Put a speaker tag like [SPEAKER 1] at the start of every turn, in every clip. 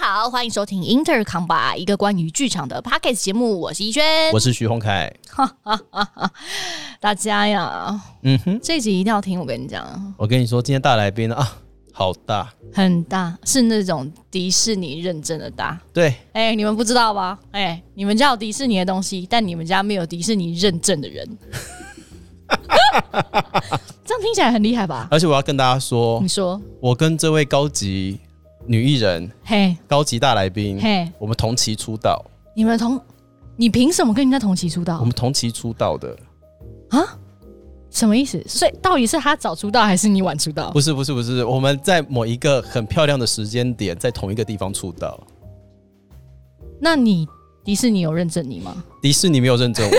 [SPEAKER 1] 好，欢迎收听 Inter Comba 一个关于剧场的 Podcast 节目，我是怡轩
[SPEAKER 2] 我。是徐宏凯。
[SPEAKER 1] 大家呀，
[SPEAKER 2] 嗯哼，
[SPEAKER 1] 这集一定要听，我跟你讲，
[SPEAKER 2] 我跟你说，今天大来宾啊，好大，
[SPEAKER 1] 很大，是那种迪士尼认证的大。
[SPEAKER 2] 对，
[SPEAKER 1] 哎、你们不知道吧？哎、你们家有迪士尼的东西，但你们家没有迪士尼认证的人。 这样听起来很厉害吧？
[SPEAKER 2] 而且我要跟大家说
[SPEAKER 1] 你，说，
[SPEAKER 2] 我跟这位高级女艺人、
[SPEAKER 1] 嘿，
[SPEAKER 2] 高级大来宾
[SPEAKER 1] 嘿，
[SPEAKER 2] 我们同期出道，
[SPEAKER 1] 你们同，你凭什么跟人家同期出
[SPEAKER 2] 我
[SPEAKER 1] 道
[SPEAKER 2] 们？同期出道的，
[SPEAKER 1] 什么意思？所以到底是他早出道还是你晚出道？
[SPEAKER 2] 不是不是不是，我们在某一个很漂亮的时间点，在同一个地方出道。
[SPEAKER 1] 那你迪士尼有认证你吗？
[SPEAKER 2] 迪士尼没有 认证
[SPEAKER 1] 哦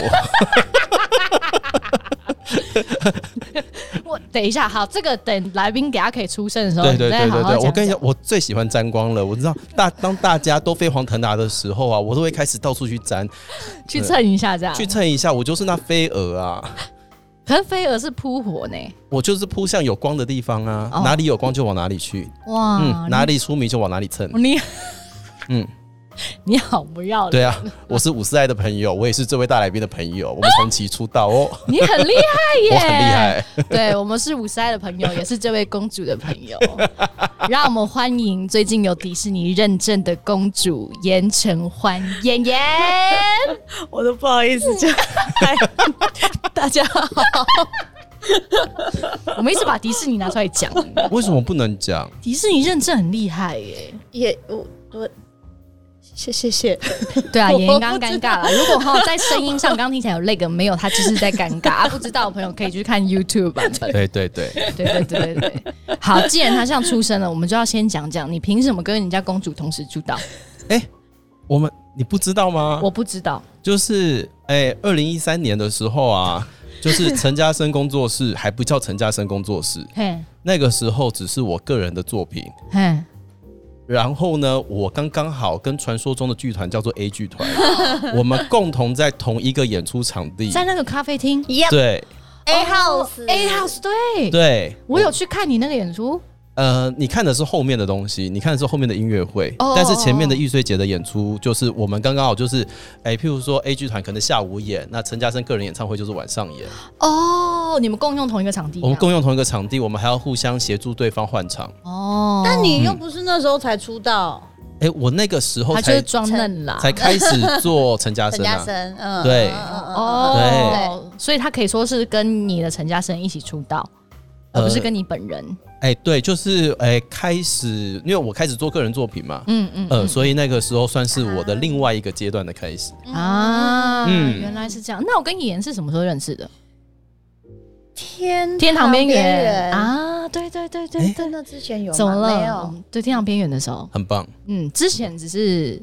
[SPEAKER 2] 我，
[SPEAKER 1] 我等一下，好，这个等来宾给他可以出声的时候，
[SPEAKER 2] 对对对
[SPEAKER 1] 你再
[SPEAKER 2] 对
[SPEAKER 1] 好好
[SPEAKER 2] 对，
[SPEAKER 1] 讲
[SPEAKER 2] 我跟你
[SPEAKER 1] 讲
[SPEAKER 2] 讲，我最喜欢沾光了。我知道大当大家都飞黄腾达的时候啊，我都会开始到处去沾，
[SPEAKER 1] 啊去蹭一下这样。
[SPEAKER 2] 去蹭一下，我就是那飞蛾啊。
[SPEAKER 1] 可是飞蛾是扑火呢，
[SPEAKER 2] 我就是扑向有光的地方啊，
[SPEAKER 1] 哦
[SPEAKER 2] 哪里有光就往哪里去，
[SPEAKER 1] 哇，
[SPEAKER 2] 嗯，哪里出名就往哪里蹭。
[SPEAKER 1] 你，
[SPEAKER 2] 嗯，
[SPEAKER 1] 你好不要脸，
[SPEAKER 2] 对啊，我是伍思爱的朋友，我也是这位大来宾的朋友，我们同期出 道哦，
[SPEAKER 1] 你很厉害耶，
[SPEAKER 2] 我很厉。害。
[SPEAKER 1] 对我们是五十爱的朋友，也是这位公主的朋友。 让我们欢迎最近有迪士尼认证的公主严承欢妍妍。
[SPEAKER 3] 我都不好意思讲。嗨
[SPEAKER 1] 大家好，我们一直把迪士尼拿出来讲，
[SPEAKER 2] 为什么不能讲？
[SPEAKER 1] 迪士尼认证很厉害耶。
[SPEAKER 3] 也我我谢谢谢，
[SPEAKER 1] 对啊，
[SPEAKER 3] 我
[SPEAKER 1] 妍妍刚刚尴尬了。如果哈在声音上刚刚听起来有那个没有，她就是在尴尬。啊、不知道的朋友可以去看 YouTube 啊版本。
[SPEAKER 2] 对对对，
[SPEAKER 1] 对对对对对。好，既然她像出生了，我们就要先讲讲你凭什么跟人家公主同时出道？
[SPEAKER 2] 我们你不知道吗？
[SPEAKER 1] 我不知道。
[SPEAKER 2] 就是哎，二零一三年的时候啊，就是陈嘉生工作室 还不叫陈嘉生工作室，
[SPEAKER 1] 嘿，嗯
[SPEAKER 2] 那个时候只是我个人的作品。
[SPEAKER 1] 嘿。
[SPEAKER 2] 然后呢，我刚刚好跟传说中的剧团叫做 A 剧团，我们共同在同一个演出场地，
[SPEAKER 1] 在那个咖啡厅
[SPEAKER 3] Yep
[SPEAKER 2] 对
[SPEAKER 3] 哦 A house
[SPEAKER 1] A House，对，
[SPEAKER 2] 对，
[SPEAKER 1] 我有去看你那个演出，
[SPEAKER 2] 呃，你看的是后面的东西，你看的是后面的音乐会，
[SPEAKER 1] 哦
[SPEAKER 2] 但是前面的易碎节的演出，就是我们刚刚好就是，哎、譬如说 A 剧团可能下午演，那陈嘉生个人演唱会就是晚上演，
[SPEAKER 1] 哦，你们共用同一个场地啊，
[SPEAKER 2] 我们共用同一个场地，我们还要互相协助对方换场。
[SPEAKER 1] 哦，
[SPEAKER 3] 但你又不是那时候才出道，
[SPEAKER 2] 哎、我那个时候
[SPEAKER 1] 他就
[SPEAKER 2] 才
[SPEAKER 1] 是装嫩啦，
[SPEAKER 2] 才开始做陈 嘉
[SPEAKER 3] 陈
[SPEAKER 2] 生
[SPEAKER 3] 嘉
[SPEAKER 2] 啊，
[SPEAKER 3] 生，嗯，
[SPEAKER 2] 对
[SPEAKER 3] 嗯嗯嗯
[SPEAKER 1] 哦，所以他可以说是跟你的陈嘉生一起出道，而
[SPEAKER 2] 呃
[SPEAKER 1] 不是跟你本人，
[SPEAKER 2] 哎、对，就是哎、开始，因为我开始做个人作品嘛，
[SPEAKER 1] 嗯嗯
[SPEAKER 2] 呃，所以那个时候算是我的另外一个阶段的开始。
[SPEAKER 1] 嗯啊，
[SPEAKER 2] 嗯
[SPEAKER 1] 原来是这样。那我跟演员是什么时候认识的？
[SPEAKER 3] 天
[SPEAKER 1] 天堂边缘
[SPEAKER 3] 啊，
[SPEAKER 1] 啊，对对对对
[SPEAKER 2] 哎
[SPEAKER 1] 对
[SPEAKER 3] 在，那之前有吗
[SPEAKER 1] 怎么
[SPEAKER 3] 没
[SPEAKER 1] 了？
[SPEAKER 3] 有，
[SPEAKER 1] 嗯对，天堂边缘的时候，
[SPEAKER 2] 很棒
[SPEAKER 1] 嗯，之前只是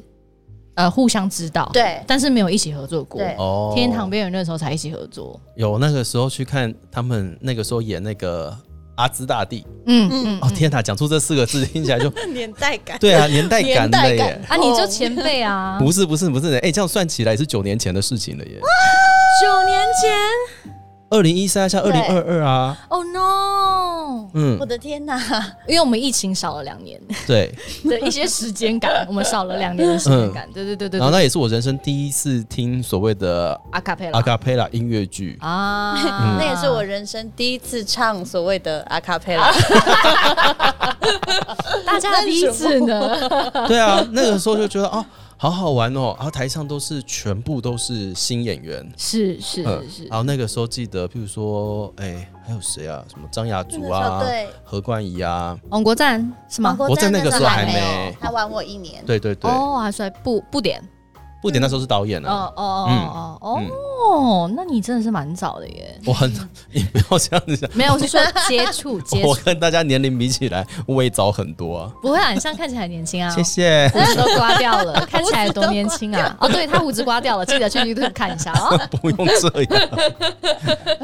[SPEAKER 1] 呃互相知道，
[SPEAKER 3] 对
[SPEAKER 1] 但是没有一起合作过，
[SPEAKER 3] 对
[SPEAKER 2] 哦！
[SPEAKER 1] 天堂边缘那时候才一起合作。
[SPEAKER 2] 有那个时候去看他们那个时候演那个阿兹大帝，
[SPEAKER 1] 嗯
[SPEAKER 3] 嗯
[SPEAKER 1] 嗯，
[SPEAKER 2] 哦天哪，讲出这四个字听起 来就
[SPEAKER 3] 年代感，
[SPEAKER 2] 对啊，年代感的
[SPEAKER 3] 年代
[SPEAKER 2] 耶
[SPEAKER 3] 感。哦
[SPEAKER 1] 啊，你就前辈啊，
[SPEAKER 2] 不是不是不是，哎、这样算起来是九年前的事情了耶。
[SPEAKER 1] 九年前
[SPEAKER 2] 二零一三像二
[SPEAKER 3] 对
[SPEAKER 2] 零二二啊，
[SPEAKER 1] ，Oh no！
[SPEAKER 3] 我
[SPEAKER 2] 嗯，
[SPEAKER 3] 的天哪，
[SPEAKER 1] 因为我们疫情少了两年
[SPEAKER 2] 对。
[SPEAKER 1] 的一些时间感，我们少了两年的时间感。对对对对
[SPEAKER 2] 嗯然后
[SPEAKER 1] 对，
[SPEAKER 2] 那也是我人生第一次听所谓的
[SPEAKER 1] 阿卡佩拉
[SPEAKER 2] 阿卡佩拉音乐剧，
[SPEAKER 1] 啊，
[SPEAKER 3] 那也是我人生第一次唱所谓的阿卡贝
[SPEAKER 1] 啊
[SPEAKER 3] 拉，
[SPEAKER 1] 大家的第一次呢。
[SPEAKER 2] 对啊，那个时候就觉得哦，好好玩哦。然后台上都是全部都是新演员，
[SPEAKER 1] 是是
[SPEAKER 2] 嗯
[SPEAKER 1] 是，
[SPEAKER 2] 然后那个时候记得，譬如说，哎、还有谁啊？什么张雅
[SPEAKER 3] 那
[SPEAKER 2] 竹
[SPEAKER 3] 个时候
[SPEAKER 2] 啊，
[SPEAKER 3] 对，
[SPEAKER 2] 何冠仪啊，
[SPEAKER 1] 王国站是吗？
[SPEAKER 3] 国
[SPEAKER 2] 我在那个时候
[SPEAKER 3] 还
[SPEAKER 2] 还
[SPEAKER 3] 有
[SPEAKER 2] 没，
[SPEAKER 3] 他玩我一年，
[SPEAKER 2] 对对对，
[SPEAKER 1] 哦，还是来不不点
[SPEAKER 2] 布点那时候是导演啊，
[SPEAKER 1] 哦哦哦
[SPEAKER 2] 嗯
[SPEAKER 1] 哦哦，那你真的是蛮早的耶。
[SPEAKER 2] 我很，你不要这样子讲，
[SPEAKER 1] 没有，我是说接触接
[SPEAKER 2] 我
[SPEAKER 1] 触，
[SPEAKER 2] 跟大家年龄比起来，我也早很多啊。
[SPEAKER 1] 不会啊，你像看起来很年轻啊。
[SPEAKER 2] 谢谢，
[SPEAKER 1] 胡子都刮掉 了，看起来多年轻啊！哦，对他胡子刮掉了，记得去 YouTube 看一下 哦。
[SPEAKER 2] 不用这样。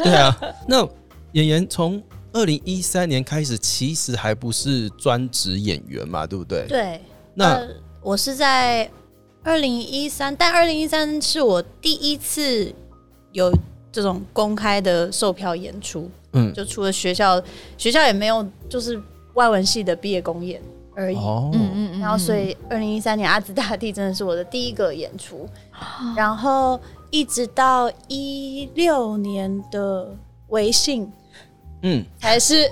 [SPEAKER 2] 对啊，那演员从二零一三年开始，其实还不是专职演员嘛，对不对？
[SPEAKER 3] 对，
[SPEAKER 2] 那
[SPEAKER 3] 呃、我是在二零一三，但二零一三是我第一次有这种公开的售票演出，
[SPEAKER 2] 嗯，
[SPEAKER 3] 就除了学校，学校也没有就是外文系的毕业公演，而已。
[SPEAKER 2] 哦，
[SPEAKER 1] 嗯嗯嗯，
[SPEAKER 3] 然后所以二零一三年阿兹大帝真的是我的第一个演出，然后一直到一六年的微信
[SPEAKER 2] 嗯，
[SPEAKER 3] 才是，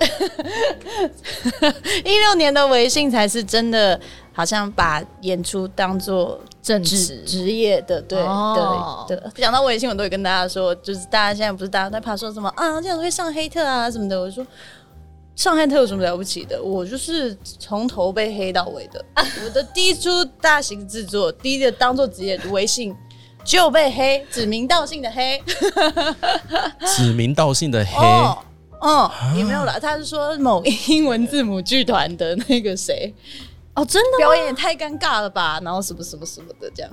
[SPEAKER 3] 一六年的微信才是真的，好像把演出当做
[SPEAKER 1] 正
[SPEAKER 3] 职
[SPEAKER 1] 直
[SPEAKER 3] 职业的，对、
[SPEAKER 1] 哦
[SPEAKER 3] 对对。讲到微信，我都会跟大家说，就是大家现在不是大家都在怕说什么啊，这样会上黑特啊什么的，我就说。上黑特有什么了不起的？我就是从头被黑到尾的。 我的第一出大型制作，第一个当做职业微信，就被黑，指名道姓的黑。
[SPEAKER 2] 指名道姓的黑，
[SPEAKER 3] 哦，哦，也没有啦，他是说某英文字母剧团的那个谁，
[SPEAKER 1] 哦，真的
[SPEAKER 3] 表演也太尴尬了吧，然后什么什么什么的这样，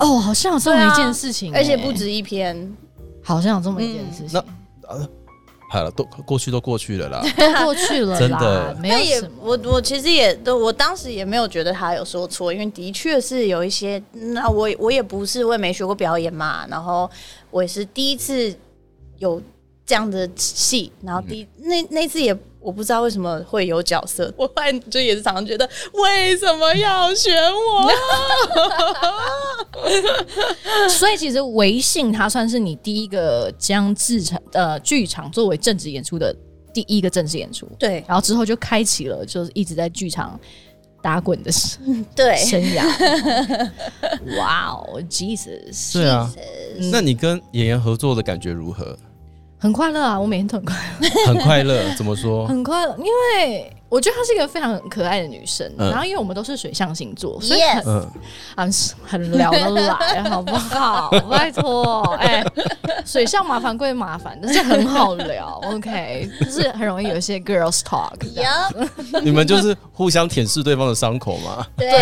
[SPEAKER 1] 哦，好像有这
[SPEAKER 3] 对
[SPEAKER 1] 么
[SPEAKER 3] 啊
[SPEAKER 1] 一件事情欸，
[SPEAKER 3] 而且不止一篇，
[SPEAKER 1] 好像有这么一件事
[SPEAKER 2] 嗯
[SPEAKER 1] 情，
[SPEAKER 2] 好了，都过去都过去了啦。
[SPEAKER 1] 都过去了啦，
[SPEAKER 2] 真的
[SPEAKER 1] 没
[SPEAKER 3] 那
[SPEAKER 1] 有
[SPEAKER 3] 也
[SPEAKER 1] 什么。
[SPEAKER 3] 我我其实也都，我当时也没有觉得他有说错，因为的确是有一些，那我我也不是我也没学过表演嘛，然后我也是第一次有这样的戏，然后第一、那那次也。我不知道为什么会有角色，我后来就也是常常觉得为什么要选 我？
[SPEAKER 1] 所以其实微信它算是你第一个将剧场呃剧场作为正职演出的第一个正式演出，
[SPEAKER 3] 对
[SPEAKER 1] 然后之后就开启了就是一直在剧场打滚的生
[SPEAKER 3] 对，
[SPEAKER 1] 涯。哇哦，Jesus，
[SPEAKER 2] 对啊，那你跟演员合作的感觉如何？
[SPEAKER 1] 很快乐啊！我每天都很快乐，
[SPEAKER 2] 很 快乐，怎么说？
[SPEAKER 1] 很快乐，因为我觉得她是一个非常可爱的女生。
[SPEAKER 2] 嗯
[SPEAKER 1] 然后因为我们都是水象星座，所以
[SPEAKER 3] Yes，
[SPEAKER 2] 嗯，
[SPEAKER 1] 啊，很聊得来，好不好？ 拜托，哎、水上麻烦归麻烦，但是很好聊，OK，就是很容易有一些 girls talk 这样。
[SPEAKER 3] Yup，
[SPEAKER 2] 你们就是互相舔舐对方的伤口 嘛？
[SPEAKER 3] 对，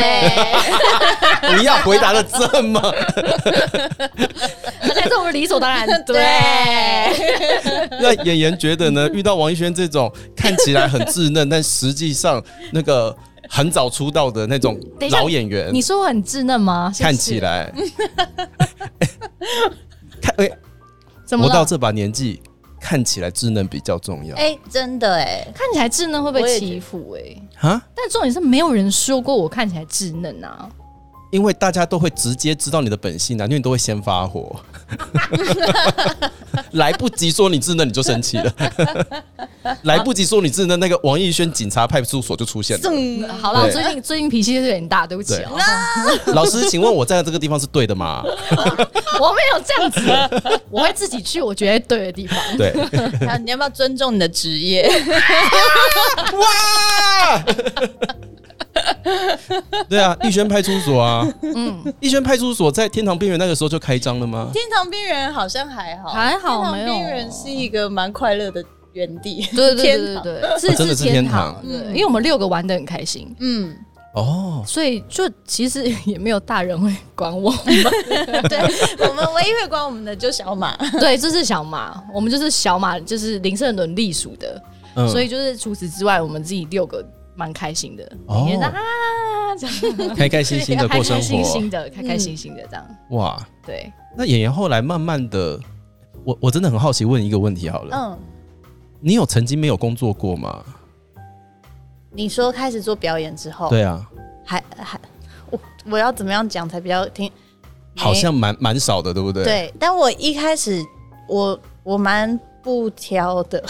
[SPEAKER 2] 不要回答的这么……
[SPEAKER 1] 而且这种理所当然，对，
[SPEAKER 2] 那演员觉得呢？遇到王一轩这种看起来很稚嫩，但实际上那个很早出道的那种
[SPEAKER 1] 等一下
[SPEAKER 2] 老演员
[SPEAKER 1] 你，说我很稚嫩吗？是不是
[SPEAKER 2] 看 起来，看哎，
[SPEAKER 1] 怎么
[SPEAKER 2] 活到
[SPEAKER 1] 了？
[SPEAKER 2] 这把年纪，看起来稚嫩比较重要
[SPEAKER 3] 哎，真的哎，
[SPEAKER 1] 看起来稚嫩会被
[SPEAKER 3] 我也觉得
[SPEAKER 1] 欺负哎、
[SPEAKER 2] 啊，
[SPEAKER 1] 但重点是没有人说过我看起来稚嫩啊。
[SPEAKER 2] 因为大家都会直接知道你的本性啊，因为你都会先发火， 来不及说你稚嫩你就生气了，来不及说你稚嫩，那个王艺轩警察派出所就出现了。
[SPEAKER 3] 嗯，
[SPEAKER 1] 好了，我
[SPEAKER 2] 对
[SPEAKER 1] 最近最近脾气有点大，对不起
[SPEAKER 2] 对
[SPEAKER 1] 哦、
[SPEAKER 2] 老师，请问我站在这个地方是对的吗？
[SPEAKER 1] 我没有这样子，我会自己去我觉得对的地 方。
[SPEAKER 2] 对，
[SPEAKER 3] 那啊你要不要尊重你的职 业？
[SPEAKER 2] 哇，对啊，逸轩派出所啊，嗯，逸轩派出所在天堂边缘那个时候就开张了吗？
[SPEAKER 3] 天堂边缘好像还好，
[SPEAKER 1] 还好
[SPEAKER 3] 天堂边缘是一个蛮快乐的园地，
[SPEAKER 1] 对对
[SPEAKER 3] 天
[SPEAKER 1] 对
[SPEAKER 3] 堂，
[SPEAKER 1] 对对，
[SPEAKER 2] 哦真的是天堂
[SPEAKER 1] 对，
[SPEAKER 3] 嗯
[SPEAKER 1] 因为我们六个玩的很开心，
[SPEAKER 3] 嗯，
[SPEAKER 2] 哦，
[SPEAKER 1] 所以就其实也没有大人会管 我。
[SPEAKER 3] 对，我们唯一会管我们的就小马，
[SPEAKER 1] 对，这是小马，我们就是小马，就是林胜伦隶属的，
[SPEAKER 2] 嗯
[SPEAKER 1] 所以就是除此之外，我们自己六个蛮开心的，
[SPEAKER 2] 哦
[SPEAKER 1] 每天啊，这样
[SPEAKER 2] 开开心心的过
[SPEAKER 1] 开
[SPEAKER 2] 生
[SPEAKER 1] 开心
[SPEAKER 2] 活
[SPEAKER 1] 心，的，开开心心的这样。
[SPEAKER 2] 哇，
[SPEAKER 1] 对，
[SPEAKER 2] 那演员后来慢慢的，我我真的很好奇，问一个问题好了，
[SPEAKER 3] 嗯，
[SPEAKER 2] 你有曾经没有工作过吗？
[SPEAKER 3] 你说开始做表演之后，
[SPEAKER 2] 对啊，
[SPEAKER 3] 还还我我要怎么样讲才比较听？
[SPEAKER 2] 好像蛮蛮少的，对不对？，
[SPEAKER 3] 对，但我一开始我我蛮不挑 的，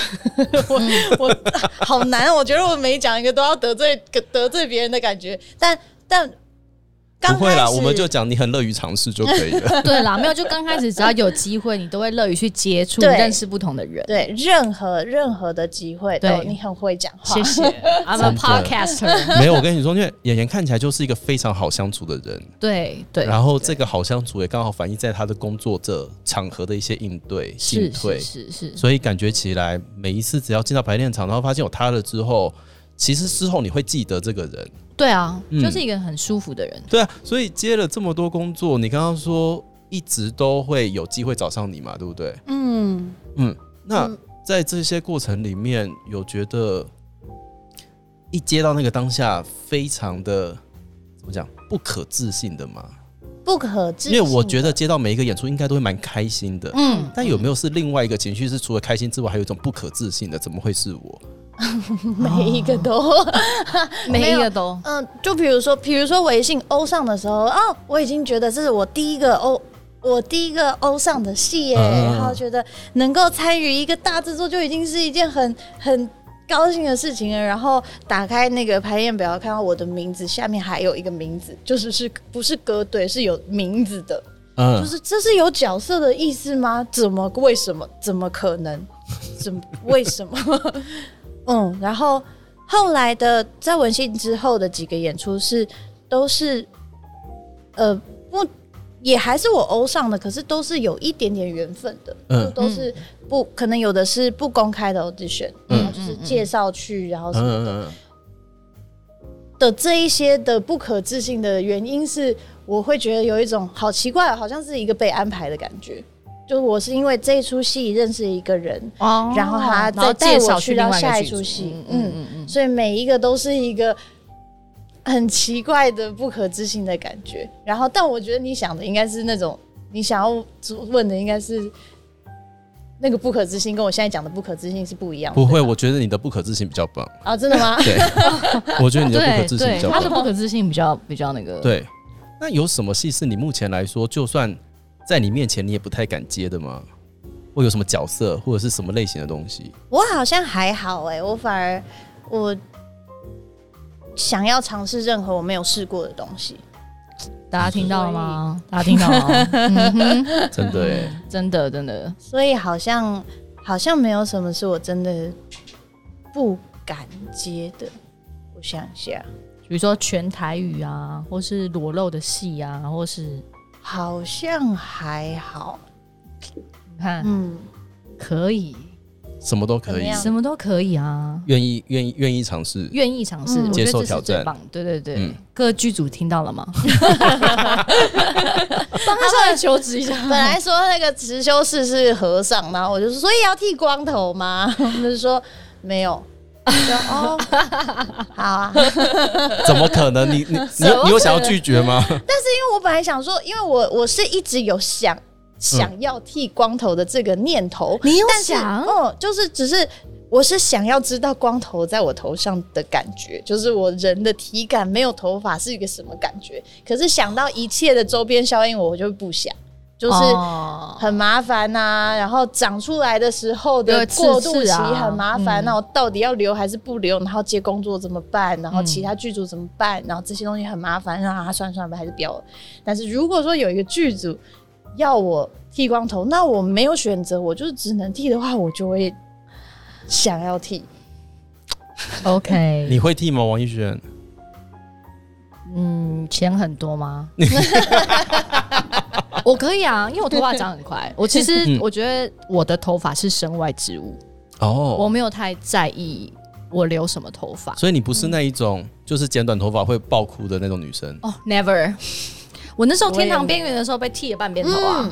[SPEAKER 3] 我我好难，我觉得我每讲一个都要得罪得罪别人的感觉，但但刚
[SPEAKER 2] 不会
[SPEAKER 3] 开
[SPEAKER 2] 啦，
[SPEAKER 3] 始
[SPEAKER 2] 我们就讲你很乐于尝试就可以 了。
[SPEAKER 1] 对啦，没有，就刚开始只要有机会，你都会乐于去接触，
[SPEAKER 3] 对
[SPEAKER 1] 认识不同的人。
[SPEAKER 3] 对任何任何的机会都
[SPEAKER 1] 对
[SPEAKER 3] 你很会讲话，
[SPEAKER 1] 谢谢，I'm a
[SPEAKER 2] 真的
[SPEAKER 1] podcaster。
[SPEAKER 2] 没有，我跟你说，因为演员看起来就是一个非常好相处的人，
[SPEAKER 1] 对对，
[SPEAKER 2] 然后这个好相处也刚好反映在他的工作这场合的一些应对进
[SPEAKER 1] 是
[SPEAKER 2] 退，
[SPEAKER 1] 是是是，
[SPEAKER 2] 所以感觉起来每一次只要进到排练场，然后发现有他了之后，其实事后你会记得这个人，
[SPEAKER 1] 对啊，
[SPEAKER 2] 嗯
[SPEAKER 1] 就是一个很舒服的人。
[SPEAKER 2] 对啊，所以接了这么多工作，你刚刚说一直都会有机会找上你嘛，对不对？
[SPEAKER 3] 嗯，
[SPEAKER 2] 嗯，那
[SPEAKER 3] 嗯
[SPEAKER 2] 在这些过程里面，有觉得一接到那个当下，非常的怎么讲不可置信的吗？
[SPEAKER 3] 不可置
[SPEAKER 2] 因
[SPEAKER 3] 信。
[SPEAKER 2] 为我觉得接到每一个演出，应该都会蛮开心的。
[SPEAKER 1] 嗯，
[SPEAKER 2] 但有没有是另外一个情绪是除了开心之外，还有一种不可置信的？怎么会是我？
[SPEAKER 3] 每一个都，
[SPEAKER 1] 哦 每一
[SPEAKER 3] 没有
[SPEAKER 1] 个都
[SPEAKER 3] 嗯，就比如说，比如说微信欧上的时候，哦，我已经觉得这是我第一个欧，我第一个欧上的戏耶，
[SPEAKER 2] 嗯
[SPEAKER 3] 然后觉得能够参与一个大制作就已经是一件很很高兴的事情了。然后打开那个排练表，看到我的名字下面还有一个名字，就是是不是歌队是有名字的，就
[SPEAKER 2] 嗯，
[SPEAKER 3] 是这是有角色的意思吗？怎么为什么？怎么可能？怎么为什么？ 嗯，然后后来的在文信之后的几个演出是都是呃不也还是我欧上的，可是都是有一点点缘分的，
[SPEAKER 2] 嗯
[SPEAKER 3] 就都是不可能有的是不公开的 audition，、然后就是介绍去，然后
[SPEAKER 2] 嗯
[SPEAKER 3] 什么
[SPEAKER 2] 嗯嗯
[SPEAKER 3] 的这一些的不可置信的原因是，我会觉得有一种好奇怪，好像是一个被安排的感觉。就是我是因为这一出戏认识一个人，
[SPEAKER 1] 哦
[SPEAKER 3] 然后他再
[SPEAKER 1] 然后
[SPEAKER 3] 带
[SPEAKER 1] 介
[SPEAKER 3] 我
[SPEAKER 1] 绍
[SPEAKER 3] 去
[SPEAKER 1] 另
[SPEAKER 3] 到
[SPEAKER 1] 外一个
[SPEAKER 3] 下一
[SPEAKER 1] 剧
[SPEAKER 3] 出
[SPEAKER 1] 组
[SPEAKER 3] 戏
[SPEAKER 1] 嗯嗯嗯，
[SPEAKER 3] 所以每一个都是一个很奇怪的不可置信的感觉。然后，但我觉得你想的应该是那种，你想要问的应该是那个不可置信，跟我现在讲的不可置信是不一样的。
[SPEAKER 2] 不会，我觉得你的不可置信比较棒。
[SPEAKER 3] 啊、真的吗？
[SPEAKER 2] 对，我觉得你的不
[SPEAKER 1] 对
[SPEAKER 2] 可置信比
[SPEAKER 1] 对，
[SPEAKER 2] 较
[SPEAKER 1] 他的
[SPEAKER 2] 棒。
[SPEAKER 1] 不可置信比较比较那个，
[SPEAKER 2] 对，那有什么戏是你目前来说，就算在你面前你也不太敢接的吗？或有什么角色，或者是什么类型的东西？
[SPEAKER 3] 我好像还好哎、我反而我想要尝试任何我没有试过的东西。
[SPEAKER 1] 大家听到了吗？大家听到了吗？ 嗯哼
[SPEAKER 2] 真的耶，
[SPEAKER 1] 真的真的，
[SPEAKER 3] 所以好像好像没有什么是我真的不敢接的。我想一下，
[SPEAKER 1] 比如说全台语啊，或是裸露的戏啊，或是你
[SPEAKER 3] 好像还好。
[SPEAKER 1] 看
[SPEAKER 3] 嗯，
[SPEAKER 1] 可以，
[SPEAKER 2] 什么都可
[SPEAKER 3] 怎么
[SPEAKER 2] 以，
[SPEAKER 3] 样
[SPEAKER 1] 什么都可以啊，
[SPEAKER 2] 愿意愿意愿意尝试。
[SPEAKER 1] 愿意尝试，
[SPEAKER 3] 嗯
[SPEAKER 1] 我觉
[SPEAKER 2] 接
[SPEAKER 1] 得
[SPEAKER 2] 受
[SPEAKER 1] 这
[SPEAKER 2] 挑
[SPEAKER 1] 是最
[SPEAKER 2] 战
[SPEAKER 1] 棒。对对对
[SPEAKER 2] 嗯，
[SPEAKER 1] 各剧组听到了 吗？帮他稍微求职一下，
[SPEAKER 3] 本来说那个直修士是和尚，然后我就说，所以要剃光头吗？他们就说没有。我就哦，好啊。
[SPEAKER 2] 怎么可能？你你你
[SPEAKER 3] 么可
[SPEAKER 2] 有
[SPEAKER 3] 能
[SPEAKER 2] 你有想要拒绝吗？
[SPEAKER 3] 因为我本来想说，因为我我是一直有想想要剃光头的这个念头，
[SPEAKER 1] 你有
[SPEAKER 3] 但是
[SPEAKER 1] 想
[SPEAKER 3] 哦，就是只是我是想要知道光头在我头上的感觉，就是我人的体感没有头发是一个什么感觉。可是想到一切的周边效应，我就不想，就是。
[SPEAKER 1] 哦
[SPEAKER 3] 很麻烦呐、然后长出来的时候
[SPEAKER 1] 有
[SPEAKER 3] 的
[SPEAKER 1] 刺
[SPEAKER 3] 过渡期
[SPEAKER 1] 刺啊
[SPEAKER 3] 很麻
[SPEAKER 1] 嗯
[SPEAKER 3] 烦、那我到底要留还是不留？然后接工作怎么办？然后其他剧组怎么办？然后这些东西很麻烦，让他算了算吧，还是不要了。但是如果说有一个剧组要我剃光头，那我没有选择，我就是只能剃的话，我就会想要剃。
[SPEAKER 1] OK，
[SPEAKER 2] 你会替吗，王一轩？
[SPEAKER 1] 嗯，钱很多吗？ 我可以啊，因为我头发长很快。我其实
[SPEAKER 2] 嗯
[SPEAKER 1] 我觉得我的头发是身外之物，我
[SPEAKER 2] 哦，
[SPEAKER 1] 没有太在意我留什么头发。
[SPEAKER 2] 所以你不是那一种就是剪短头发会爆哭的那种女生。
[SPEAKER 1] 哦、n e v e r 我那时候
[SPEAKER 3] 我也
[SPEAKER 1] 天堂
[SPEAKER 3] 没
[SPEAKER 1] 边缘的时候被剃了半边头啊，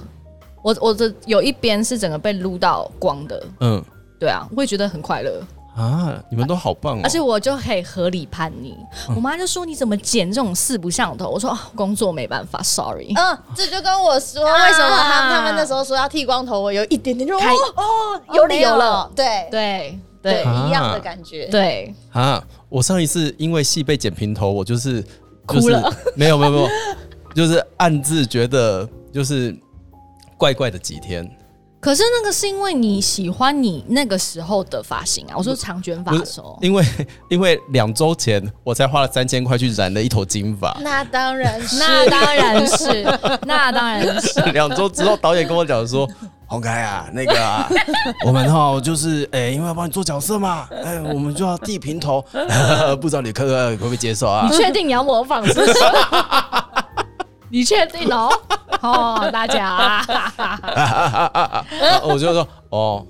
[SPEAKER 1] 我我的有一边是整个被撸到光的，
[SPEAKER 2] 嗯
[SPEAKER 1] 对啊，我也觉得很快乐，
[SPEAKER 2] 啊，你们都好棒哦。
[SPEAKER 1] 而且我就可以合理叛逆。我妈就说你怎么剪这种四不像的头，我说、啊、工作没办法，sorry。
[SPEAKER 3] 嗯，这就跟我说为什么他他们那时候说要剃光头，我有一点点就哦
[SPEAKER 1] 啊开
[SPEAKER 3] 哦
[SPEAKER 1] 有理由，
[SPEAKER 3] 哦
[SPEAKER 1] 了
[SPEAKER 3] 没对
[SPEAKER 1] 对
[SPEAKER 3] 对
[SPEAKER 1] 对
[SPEAKER 2] 啊
[SPEAKER 3] 一样的感觉，
[SPEAKER 1] 对，
[SPEAKER 2] 啊，我上一次因为戏被剪平头，我就是
[SPEAKER 1] 哭了，
[SPEAKER 2] 就是、 没有没有没有，就是暗自觉得就是怪怪的几天。
[SPEAKER 1] 可是那个是因为你喜欢你那个时候的发型啊，我说长卷发
[SPEAKER 2] 不
[SPEAKER 1] 的
[SPEAKER 2] 是
[SPEAKER 1] 时候，
[SPEAKER 2] 因为 因为两周前我才花了三千块去染了一头金 发，
[SPEAKER 3] 那当然是，
[SPEAKER 1] 那当然是，那当 然是，
[SPEAKER 2] 两周之后导演跟我讲说。红开啊，那 个啊、我们哈就是哎、因为要帮你做角色嘛，哎、我们就要剃平头， 不知道你客客会不会接受啊
[SPEAKER 1] 你？确定你要模仿是不是？ 你确定哦？哦，大家啊，
[SPEAKER 2] 然后我就说哦，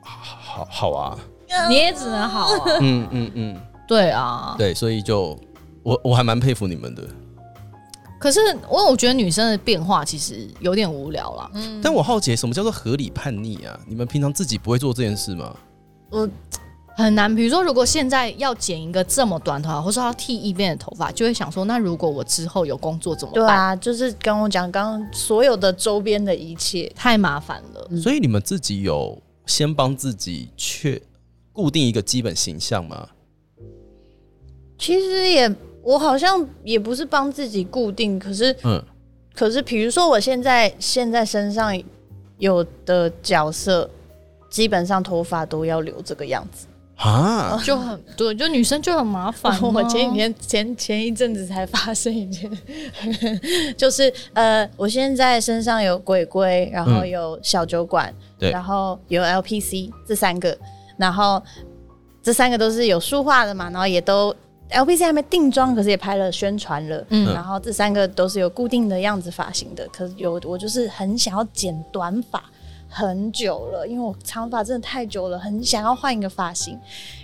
[SPEAKER 2] 好好啊，
[SPEAKER 1] 你也只能好啊，
[SPEAKER 2] 嗯嗯嗯，
[SPEAKER 1] 对啊。
[SPEAKER 2] 对，所以就我我还蛮佩服你们的。
[SPEAKER 1] 可是我我觉得女生的变化其实有点无聊啦。
[SPEAKER 2] 但我好奇，什么叫做合理叛逆啊？你们平常自己不会做这件事吗？
[SPEAKER 3] 我
[SPEAKER 1] 很难。比如说，如果现在要剪一个这么短头发，或是要剃一边的头发，就会想说，那如果我之后有工作怎么
[SPEAKER 3] 对
[SPEAKER 1] 办？
[SPEAKER 3] 啊，就是跟我讲刚刚所有的周边的一切，
[SPEAKER 1] 太麻烦了。
[SPEAKER 2] 所以你们自己有先帮自己确固定一个基本形象吗？
[SPEAKER 3] 其实也我好像也不是帮自己固定，可是
[SPEAKER 2] 嗯，
[SPEAKER 3] 可是比如说我现在现在身上有的角色，基本上头发都要留这个样子。
[SPEAKER 2] 啊，
[SPEAKER 1] 就很对，就女生就很麻烦、 啊
[SPEAKER 3] 我前几天前前一阵子才发生一件， 就是呃，我现在身上有鬼鬼，然后
[SPEAKER 2] 嗯
[SPEAKER 3] 有小酒馆，
[SPEAKER 2] 对
[SPEAKER 3] 然后有 LPC 这三个，然后这三个都是有书画的嘛，然后也都 LPC 还没定妆，可是也拍了宣传了，
[SPEAKER 1] 嗯
[SPEAKER 3] 然后这三个都是有固定的样子发型的，可是有我就是很想要剪短发。很久了，因为我长发真的太久了，很想要换一个发型，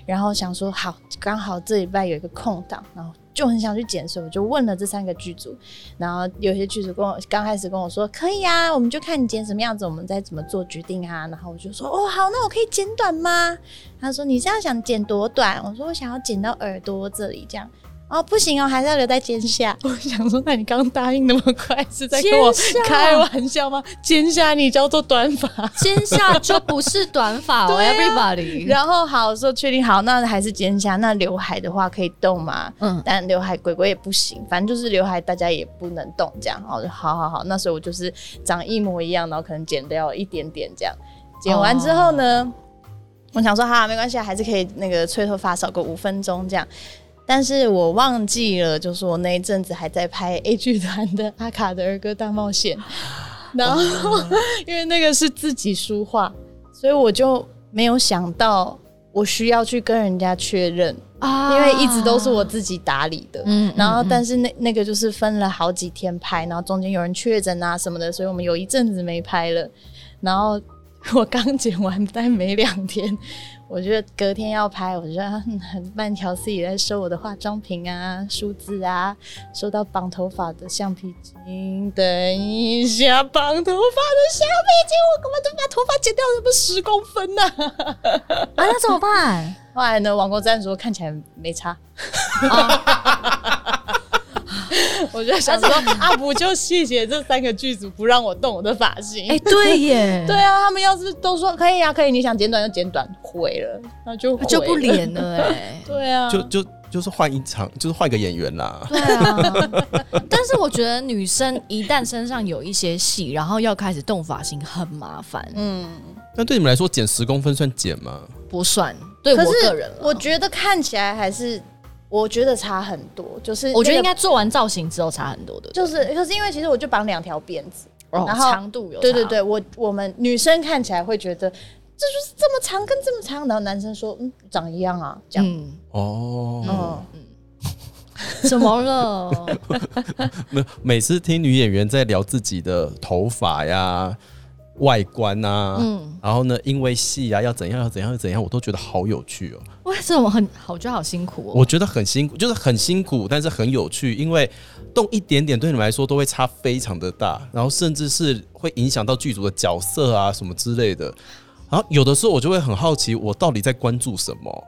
[SPEAKER 3] 然后想说好，刚好这礼拜有一个空档，然后就很想去剪，所以我就问了这三个剧组，然后有些剧组跟我刚开始跟我说可以啊，我们就看你剪什么样子，我们再怎么做决定啊。然后我就说哦好，那我可以剪短吗？他说你这样想剪多短？我说我想要剪到耳朵这里这样。哦，不行哦，还是要留在肩下。我想说，那你刚答应那么快，是在跟我
[SPEAKER 1] 肩下
[SPEAKER 3] 开玩笑吗？肩下你叫做短发，
[SPEAKER 1] 肩下就不是短发、 哦
[SPEAKER 3] 对啊
[SPEAKER 1] everybody。
[SPEAKER 3] 然后好说确定好，那还是肩下。那刘海的话可以动吗？
[SPEAKER 1] 嗯，
[SPEAKER 3] 但刘海鬼鬼也不行，反正就是刘海大家也不能动这样。哦，好好好，那时候我就是长一模一样，然后可能剪掉一点点这样。剪完之后呢，我想说哈、没关系啊，还是可以那个吹头发少个五分钟这样。但是我忘记了，就是我那一阵子还在拍 A 剧团的阿卡的儿歌大冒险，然后、 因为那个是自己书画，所以我就没有想到我需要去跟人家确认，
[SPEAKER 1] 啊
[SPEAKER 3] 因为一直都是我自己打理的。
[SPEAKER 1] 嗯
[SPEAKER 3] 然后，但是那那个就是分了好几天拍，然后中间有人确诊啊什么的，所以我们有一阵子没拍了。然后 我刚剪完，但没两天，我觉得隔天要拍，我觉得很慢条斯理在收我的化妆品啊、梳子啊，收到绑头发的橡皮筋。等一下，绑头发的橡皮筋，我根本就把头发剪掉了，不十公分呐、
[SPEAKER 1] 啊，那怎么办？
[SPEAKER 3] 后来呢，王国战说看起来没差。哦 我就想说，啊，不就谢谢这三个剧组不让我动我的发型。
[SPEAKER 1] 哎、对耶，
[SPEAKER 3] 对啊，他们要是都说可以啊，可以，你想剪短就剪短，毁了，那就毁了
[SPEAKER 1] 就不。连了哎、
[SPEAKER 3] 对啊，
[SPEAKER 2] 就就就是换一场，就是换一个演 员啦。
[SPEAKER 1] 对啊，但是我觉得女生一旦身上有一些戏，然后要开始动发型，很麻烦，
[SPEAKER 3] 嗯，
[SPEAKER 2] 那对你们来说，减十公分算减吗？
[SPEAKER 1] 不算对
[SPEAKER 3] 可
[SPEAKER 1] 我个人
[SPEAKER 3] 是
[SPEAKER 1] 啦
[SPEAKER 3] 我觉得看起来还是，我觉得差很多，就是
[SPEAKER 1] 我觉得
[SPEAKER 3] 那
[SPEAKER 1] 应
[SPEAKER 3] 个
[SPEAKER 1] 该做完造型之后差很多的，
[SPEAKER 3] 就是，可是因为其实我就绑两条辫子，
[SPEAKER 1] 哦
[SPEAKER 3] 然后
[SPEAKER 1] 长度有
[SPEAKER 3] 对对
[SPEAKER 1] 差，
[SPEAKER 3] 对，我我们女生看起来会觉得这就是这么长跟这么长，然后男生说嗯长一样啊，这样，
[SPEAKER 1] 嗯，
[SPEAKER 2] 哦，
[SPEAKER 3] 嗯，
[SPEAKER 1] 怎么 了？
[SPEAKER 2] 没有，每次听女演员在聊自己的头发呀、外观啊，
[SPEAKER 1] 嗯
[SPEAKER 2] 然后呢，因为戏啊要怎样要怎样要怎样，我都觉得好有趣哦。
[SPEAKER 1] 为什么很好？我觉得好辛苦哦。
[SPEAKER 2] 我觉得很辛苦，就是很辛苦，但是很有趣，因为动一点点对你们来说都会差非常的大，然后甚至是会影响到剧组的角色啊什么之类的。然后有的时候我就会很好奇，我到底在关注什么？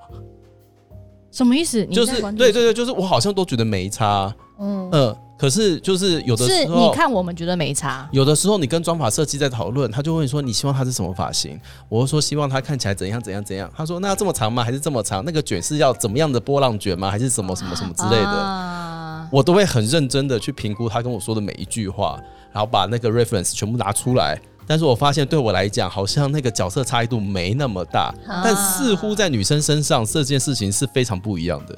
[SPEAKER 1] 什么意思？你在
[SPEAKER 2] 就是
[SPEAKER 1] 关注
[SPEAKER 2] 对对
[SPEAKER 1] 什么
[SPEAKER 2] 对，就是我好像都觉得没差，嗯呃，可是就是有的
[SPEAKER 1] 是
[SPEAKER 2] 时候
[SPEAKER 1] 你看我们觉得没差，
[SPEAKER 2] 有的时候你跟妆发设计在讨论，他就问你说你希望它是什么发型，我就说希望它看起来怎样怎样怎样。他说那要这么长吗？还是这么长？那个卷是要怎么样的波浪卷吗？还是什么什么什么之类的？
[SPEAKER 1] 啊
[SPEAKER 2] 我都会很认真的去评估他跟我说的每一句话，然后把那个 reference 全部拿出来。但是我发现对我来讲，好像那个角色差异度没那么大，
[SPEAKER 1] 啊
[SPEAKER 3] 啊
[SPEAKER 2] 但似乎在女生身上这件事情是非常不一样的。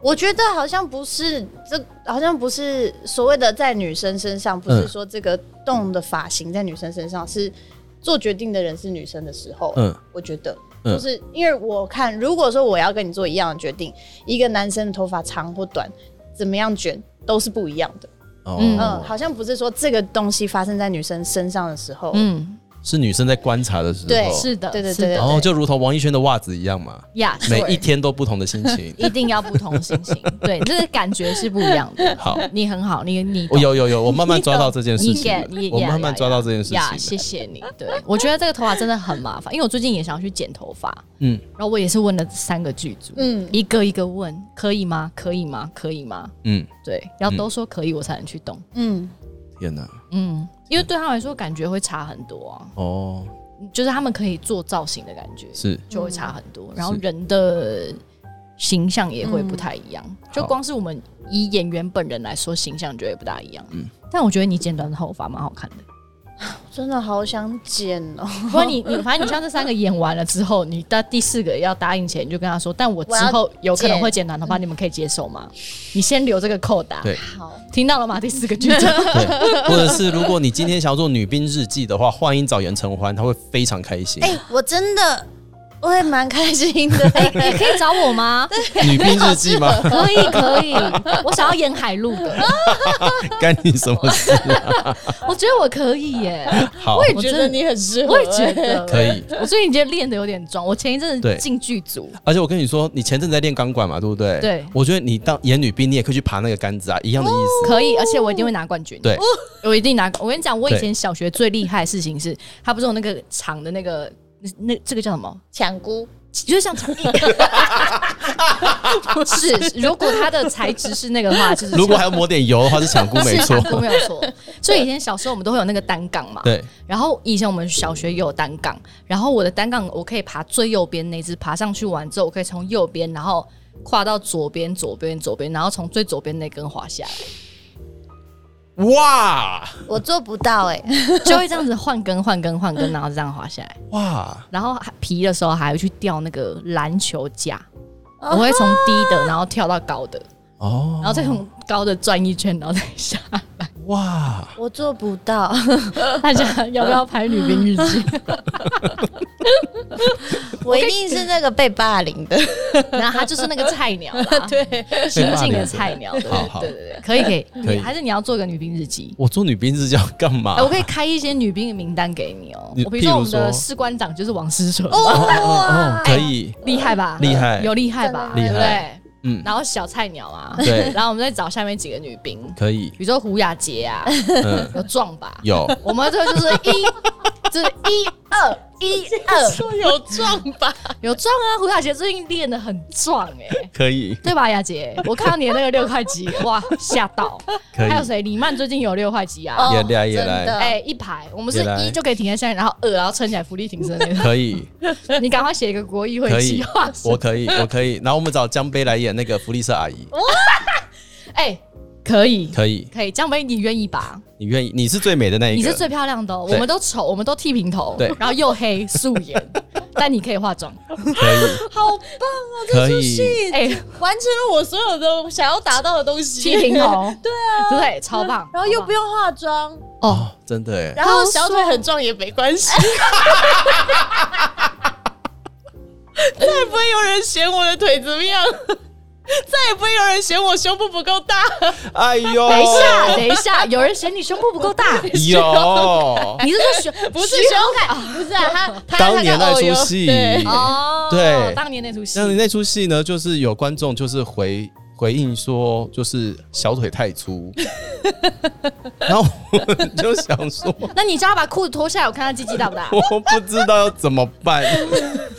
[SPEAKER 3] 我觉得好像不是这，好像不是所谓的在女生身上，不是
[SPEAKER 2] 嗯
[SPEAKER 3] 说这个动的发型在女生身上是做决定的人是女生的时候，
[SPEAKER 2] 嗯
[SPEAKER 3] 我觉得。
[SPEAKER 2] 嗯
[SPEAKER 3] 就是因为我看，如果说我要跟你做一样的决定，一个男生的头发长或短，怎么样卷都是不一样的。
[SPEAKER 2] 哦，
[SPEAKER 1] 嗯
[SPEAKER 3] 嗯，好像不是说这个东西发生在女生身上的时候，
[SPEAKER 1] 嗯，
[SPEAKER 2] 是女生在观察的时候，
[SPEAKER 3] 对
[SPEAKER 1] 是的，
[SPEAKER 3] 对对
[SPEAKER 1] 是的
[SPEAKER 3] 对
[SPEAKER 2] 然后就如同王一轩的袜子一样嘛。
[SPEAKER 1] 呀，
[SPEAKER 2] 每
[SPEAKER 1] sure。
[SPEAKER 2] 一天都不同的心情
[SPEAKER 1] 一定要不同心情，对，这个感觉是不一样的。
[SPEAKER 2] 好，
[SPEAKER 1] 你很好，你你
[SPEAKER 2] 我
[SPEAKER 1] 懂
[SPEAKER 2] 有有有，我慢慢抓到这件事
[SPEAKER 1] 你
[SPEAKER 2] 情
[SPEAKER 1] get，
[SPEAKER 2] 了
[SPEAKER 1] 你，
[SPEAKER 2] 我
[SPEAKER 1] yeah，
[SPEAKER 2] 慢慢
[SPEAKER 1] yeah，
[SPEAKER 2] 抓到这件事情
[SPEAKER 1] 呀，
[SPEAKER 2] 了。
[SPEAKER 1] 谢谢你。对我觉得这个头发真的很麻烦，因为我最近也想去剪头发，
[SPEAKER 2] 嗯，
[SPEAKER 1] 然后我也是问了三个剧组，
[SPEAKER 3] 嗯，
[SPEAKER 1] 一个一个问，可以吗？可以吗？可以吗？
[SPEAKER 2] 嗯，
[SPEAKER 1] 对，要都说可以，我才能去动。
[SPEAKER 3] 嗯，
[SPEAKER 2] 天哪，
[SPEAKER 1] 嗯，因为对他来说感觉会差很多啊。
[SPEAKER 2] 哦，
[SPEAKER 1] 就是他们可以做造型的感觉，
[SPEAKER 2] 是
[SPEAKER 1] 就会差很多。然后
[SPEAKER 2] 嗯是
[SPEAKER 1] 人的形象也会不太一样，就
[SPEAKER 2] 嗯好
[SPEAKER 1] 光是我们以演员本人来说，形象就会不大一样。
[SPEAKER 2] 嗯
[SPEAKER 1] 但我觉得你剪短头发蛮好 看的。
[SPEAKER 3] 真的好想剪哦！
[SPEAKER 1] 不过你你反正你像这三个演完了之后，你到第四个要答应前，你就跟他说，但我之后有可能会剪短头发，你们可以接受吗？你先留这个扣打。
[SPEAKER 2] 对
[SPEAKER 3] 好，
[SPEAKER 1] 听到了吗？第四个剧情
[SPEAKER 2] 对，或者是如果你今天想要做女兵日记的话，幻音找严承欢，他会非常开心。
[SPEAKER 3] 哎、我真的我也蛮开心的。
[SPEAKER 1] 也可以找我吗？
[SPEAKER 2] 女兵日记吗？
[SPEAKER 1] 可以可以，我想要演海陆的，
[SPEAKER 2] 干你什么事？
[SPEAKER 1] 我觉得我可以耶，
[SPEAKER 2] 好，
[SPEAKER 1] 也觉得
[SPEAKER 3] 你很适
[SPEAKER 1] 我也觉得
[SPEAKER 2] 可。以。
[SPEAKER 1] 我最近今天练的有点壮，我前一阵子
[SPEAKER 2] 对
[SPEAKER 1] 进剧组，
[SPEAKER 2] 而且我跟你说，你前阵子在练钢管嘛，对不对？
[SPEAKER 1] 对
[SPEAKER 2] 我觉得你当演女兵，你也可以去爬那个杆子啊，一样的意思。
[SPEAKER 1] 可以，而且我一定会拿冠军。
[SPEAKER 2] 对，
[SPEAKER 1] 我一定拿。我跟你讲，我以
[SPEAKER 2] 对
[SPEAKER 1] 前小学最厉害的事情是，他不是有那个长的那个那那这个叫什么？
[SPEAKER 3] 抢菇
[SPEAKER 1] 就是像长 不是，如果它的材质是那个的话，就是
[SPEAKER 2] 如果还要抹点油的话，是抢姑没
[SPEAKER 1] 是
[SPEAKER 2] 错
[SPEAKER 1] 长。度没有错。所以以前小时候我们都会有那个单杠嘛，
[SPEAKER 2] 对，
[SPEAKER 1] 然后以前我们小学也有单杠，然后我的单杠我可以爬最右边那只，爬上去完之后，我可以从右边，然后跨到左边，左边，左边，然后从最左边那根滑下 来，
[SPEAKER 2] 哇
[SPEAKER 3] 我做不到哎、
[SPEAKER 1] 就会这样子换根、换根、换根，然后这样滑下来。
[SPEAKER 2] 哇，
[SPEAKER 1] 然后还皮的时候还会去吊那个篮球架，我会从低的然后跳到高的，
[SPEAKER 2] 哦
[SPEAKER 1] 然后再从高的转一圈，然后再下。
[SPEAKER 2] 哇，
[SPEAKER 3] 我做不到。
[SPEAKER 1] 大家要不要拍女兵日 记？
[SPEAKER 3] 我一定是那个被霸凌 的，
[SPEAKER 1] 然后他就是那个菜鸟 啦，对，新进的菜鸟，对
[SPEAKER 2] 好好
[SPEAKER 1] 对对对，可以可以，
[SPEAKER 2] 可以
[SPEAKER 1] 你还是你要做个女兵日记。
[SPEAKER 2] 我做女兵是要干嘛
[SPEAKER 1] 哎、？我可以开一些女兵的名单给你哦、
[SPEAKER 2] 你
[SPEAKER 1] 我比如说我们
[SPEAKER 2] 譬
[SPEAKER 1] 的
[SPEAKER 2] 如说
[SPEAKER 1] 士官长就是王思纯，
[SPEAKER 2] 哦
[SPEAKER 1] 哎
[SPEAKER 2] 哦，可以，
[SPEAKER 1] 厉害吧？
[SPEAKER 2] 厉害
[SPEAKER 1] 有厉害吧？
[SPEAKER 2] 真的厉
[SPEAKER 1] 对不
[SPEAKER 2] 害
[SPEAKER 1] 对
[SPEAKER 2] 嗯，
[SPEAKER 1] 然后小菜鸟啊，
[SPEAKER 2] 对
[SPEAKER 1] 然后我们再找下面几个女兵，
[SPEAKER 2] 可以，
[SPEAKER 1] 比如说胡雅洁 啊，
[SPEAKER 2] 嗯，
[SPEAKER 1] 有壮吧？
[SPEAKER 2] 有，
[SPEAKER 1] 我们这个就是一，就是一二一二，说有壮吧？有壮啊！胡雅洁最近练的很壮哎、
[SPEAKER 2] 可以，
[SPEAKER 1] 对吧，雅洁？我看到你的那个六块 肌，哇，吓到！
[SPEAKER 2] 可以
[SPEAKER 1] 还有谁？李曼最近有六块肌啊？
[SPEAKER 2] 也来也来
[SPEAKER 3] 哦真的
[SPEAKER 1] 哎、一排，我们是
[SPEAKER 2] 也来
[SPEAKER 1] 一就可以停在下面，然后二，然后撑起来浮力挺身那种。
[SPEAKER 2] 可以，
[SPEAKER 1] 你赶快写一个国议会
[SPEAKER 2] 可
[SPEAKER 1] 计
[SPEAKER 2] 以
[SPEAKER 1] 划。，
[SPEAKER 2] 我可以，我可以。然后我们找江杯来演那个福利社 阿姨，
[SPEAKER 1] 哎、可以，
[SPEAKER 2] 可以，
[SPEAKER 1] 可以，江北，你愿意吧？
[SPEAKER 2] 你愿意？你是最美的那一个，
[SPEAKER 1] 你是最漂亮的哦、
[SPEAKER 2] 对
[SPEAKER 1] 我们都丑，我们都剃平头，
[SPEAKER 2] 对
[SPEAKER 1] 然后又黑素 颜，但你可以化妆，
[SPEAKER 2] 可以，
[SPEAKER 3] 好棒啊！
[SPEAKER 2] 可以，
[SPEAKER 1] 哎、
[SPEAKER 3] 完成了我所有的想要达到的东西
[SPEAKER 1] 剃平头，
[SPEAKER 3] 对啊，
[SPEAKER 1] 对不对？超棒，
[SPEAKER 3] 然后又不
[SPEAKER 1] 用
[SPEAKER 3] 用化妆，
[SPEAKER 1] 哦，
[SPEAKER 2] 哦，真的哎，
[SPEAKER 3] 然后小腿很壮也没关 系。再也不会有人嫌我的腿怎么 样，再也不会有人嫌我胸部不够大。
[SPEAKER 2] 哎呦，
[SPEAKER 1] 等一下，等一 下，有人嫌你胸部不够 大，
[SPEAKER 2] 有，
[SPEAKER 1] 你是说胸
[SPEAKER 3] 不是
[SPEAKER 1] 虚
[SPEAKER 3] 胸感，不是 啊，他他
[SPEAKER 2] 当年那出
[SPEAKER 3] 哦
[SPEAKER 2] 戏
[SPEAKER 3] 对，
[SPEAKER 1] 哦，
[SPEAKER 2] 对
[SPEAKER 1] 当年那出戏
[SPEAKER 2] 那，你那出戏呢，就是有观众就是回回应说，就是小腿 太粗，然后我就想说，？
[SPEAKER 1] 那你叫他把裤子脱下来，我看他鸡鸡大不大
[SPEAKER 2] 我不知道要怎么办，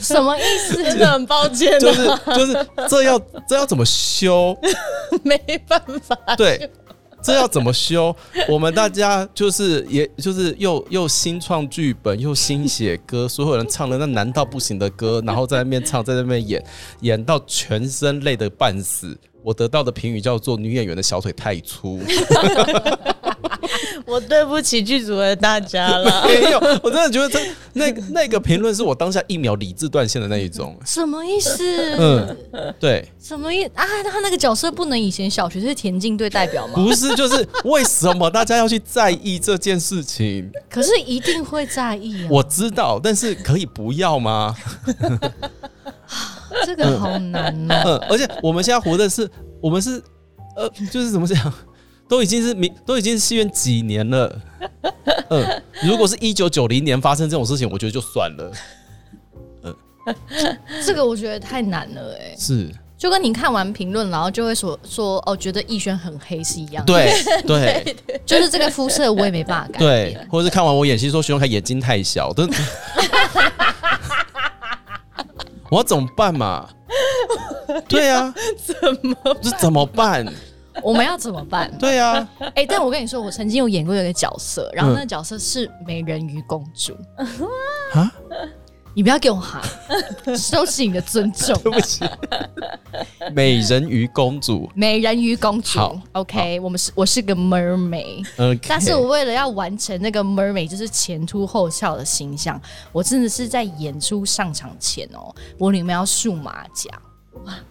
[SPEAKER 1] 什么意思？
[SPEAKER 3] 真的很抱歉啊
[SPEAKER 2] 就
[SPEAKER 3] 的，
[SPEAKER 2] 是就是这要这要怎么修？
[SPEAKER 3] 没办法。
[SPEAKER 2] 对，这要怎么修？ 我们大家就是也就是又又新创剧本，又新写歌，所有人唱的那难到不行的歌，然后在那边唱，在那边演， 演到全身累得半死。我得到的评语叫做“女演员的小腿太粗
[SPEAKER 3] 我对不起剧组的大家”，了。
[SPEAKER 2] 没有，我真的觉得这那个那个评论是我当下一秒理智断线的那一种。
[SPEAKER 1] 什么意思？
[SPEAKER 2] 嗯，对，
[SPEAKER 1] 什么意啊？他那个角色不能以前小学是田径队代表吗？
[SPEAKER 2] 不是就是为什么大家要去在意这件事情？
[SPEAKER 1] 可是一定会在意啊！
[SPEAKER 2] 我知道，但是可以不要吗？
[SPEAKER 1] 这个好难哦。
[SPEAKER 2] 嗯， 而且我们现在活的是，我们是，呃，就是怎么讲，都已经是民，都已经是戏院几年了。 嗯，如果是一九九零年发生这种事情，我觉得就算了。
[SPEAKER 1] 这个我觉得太难了哎，
[SPEAKER 2] 是，
[SPEAKER 1] 就跟你看完评论，然后就会说说哦，觉得逸轩很黑是一样，，
[SPEAKER 2] 对对
[SPEAKER 1] 就是这个肤色我也没办法改
[SPEAKER 2] 对
[SPEAKER 1] 变。，
[SPEAKER 2] 或者是看完我演戏说徐荣凯眼睛太小，但 我要怎么办嘛？对啊，怎么这怎么办？
[SPEAKER 1] 我们要怎么办？
[SPEAKER 2] 对啊，
[SPEAKER 1] 哎、但我跟你说，我曾经有演过一个角色，然后
[SPEAKER 2] 嗯
[SPEAKER 1] 那个角色是美人鱼公主，
[SPEAKER 2] 啊，
[SPEAKER 1] 你不要给我哈， 收起你的尊重。
[SPEAKER 2] 对不起，美人鱼公主。
[SPEAKER 1] 美人鱼公主
[SPEAKER 2] 好
[SPEAKER 1] ，OK，我们是我是个 mermaid，
[SPEAKER 2] 嗯，
[SPEAKER 1] 但是我为了要完成那个 mermaid 就是前凸后翘的形象，我真的是在演出上场前哦，我里面要竖马甲，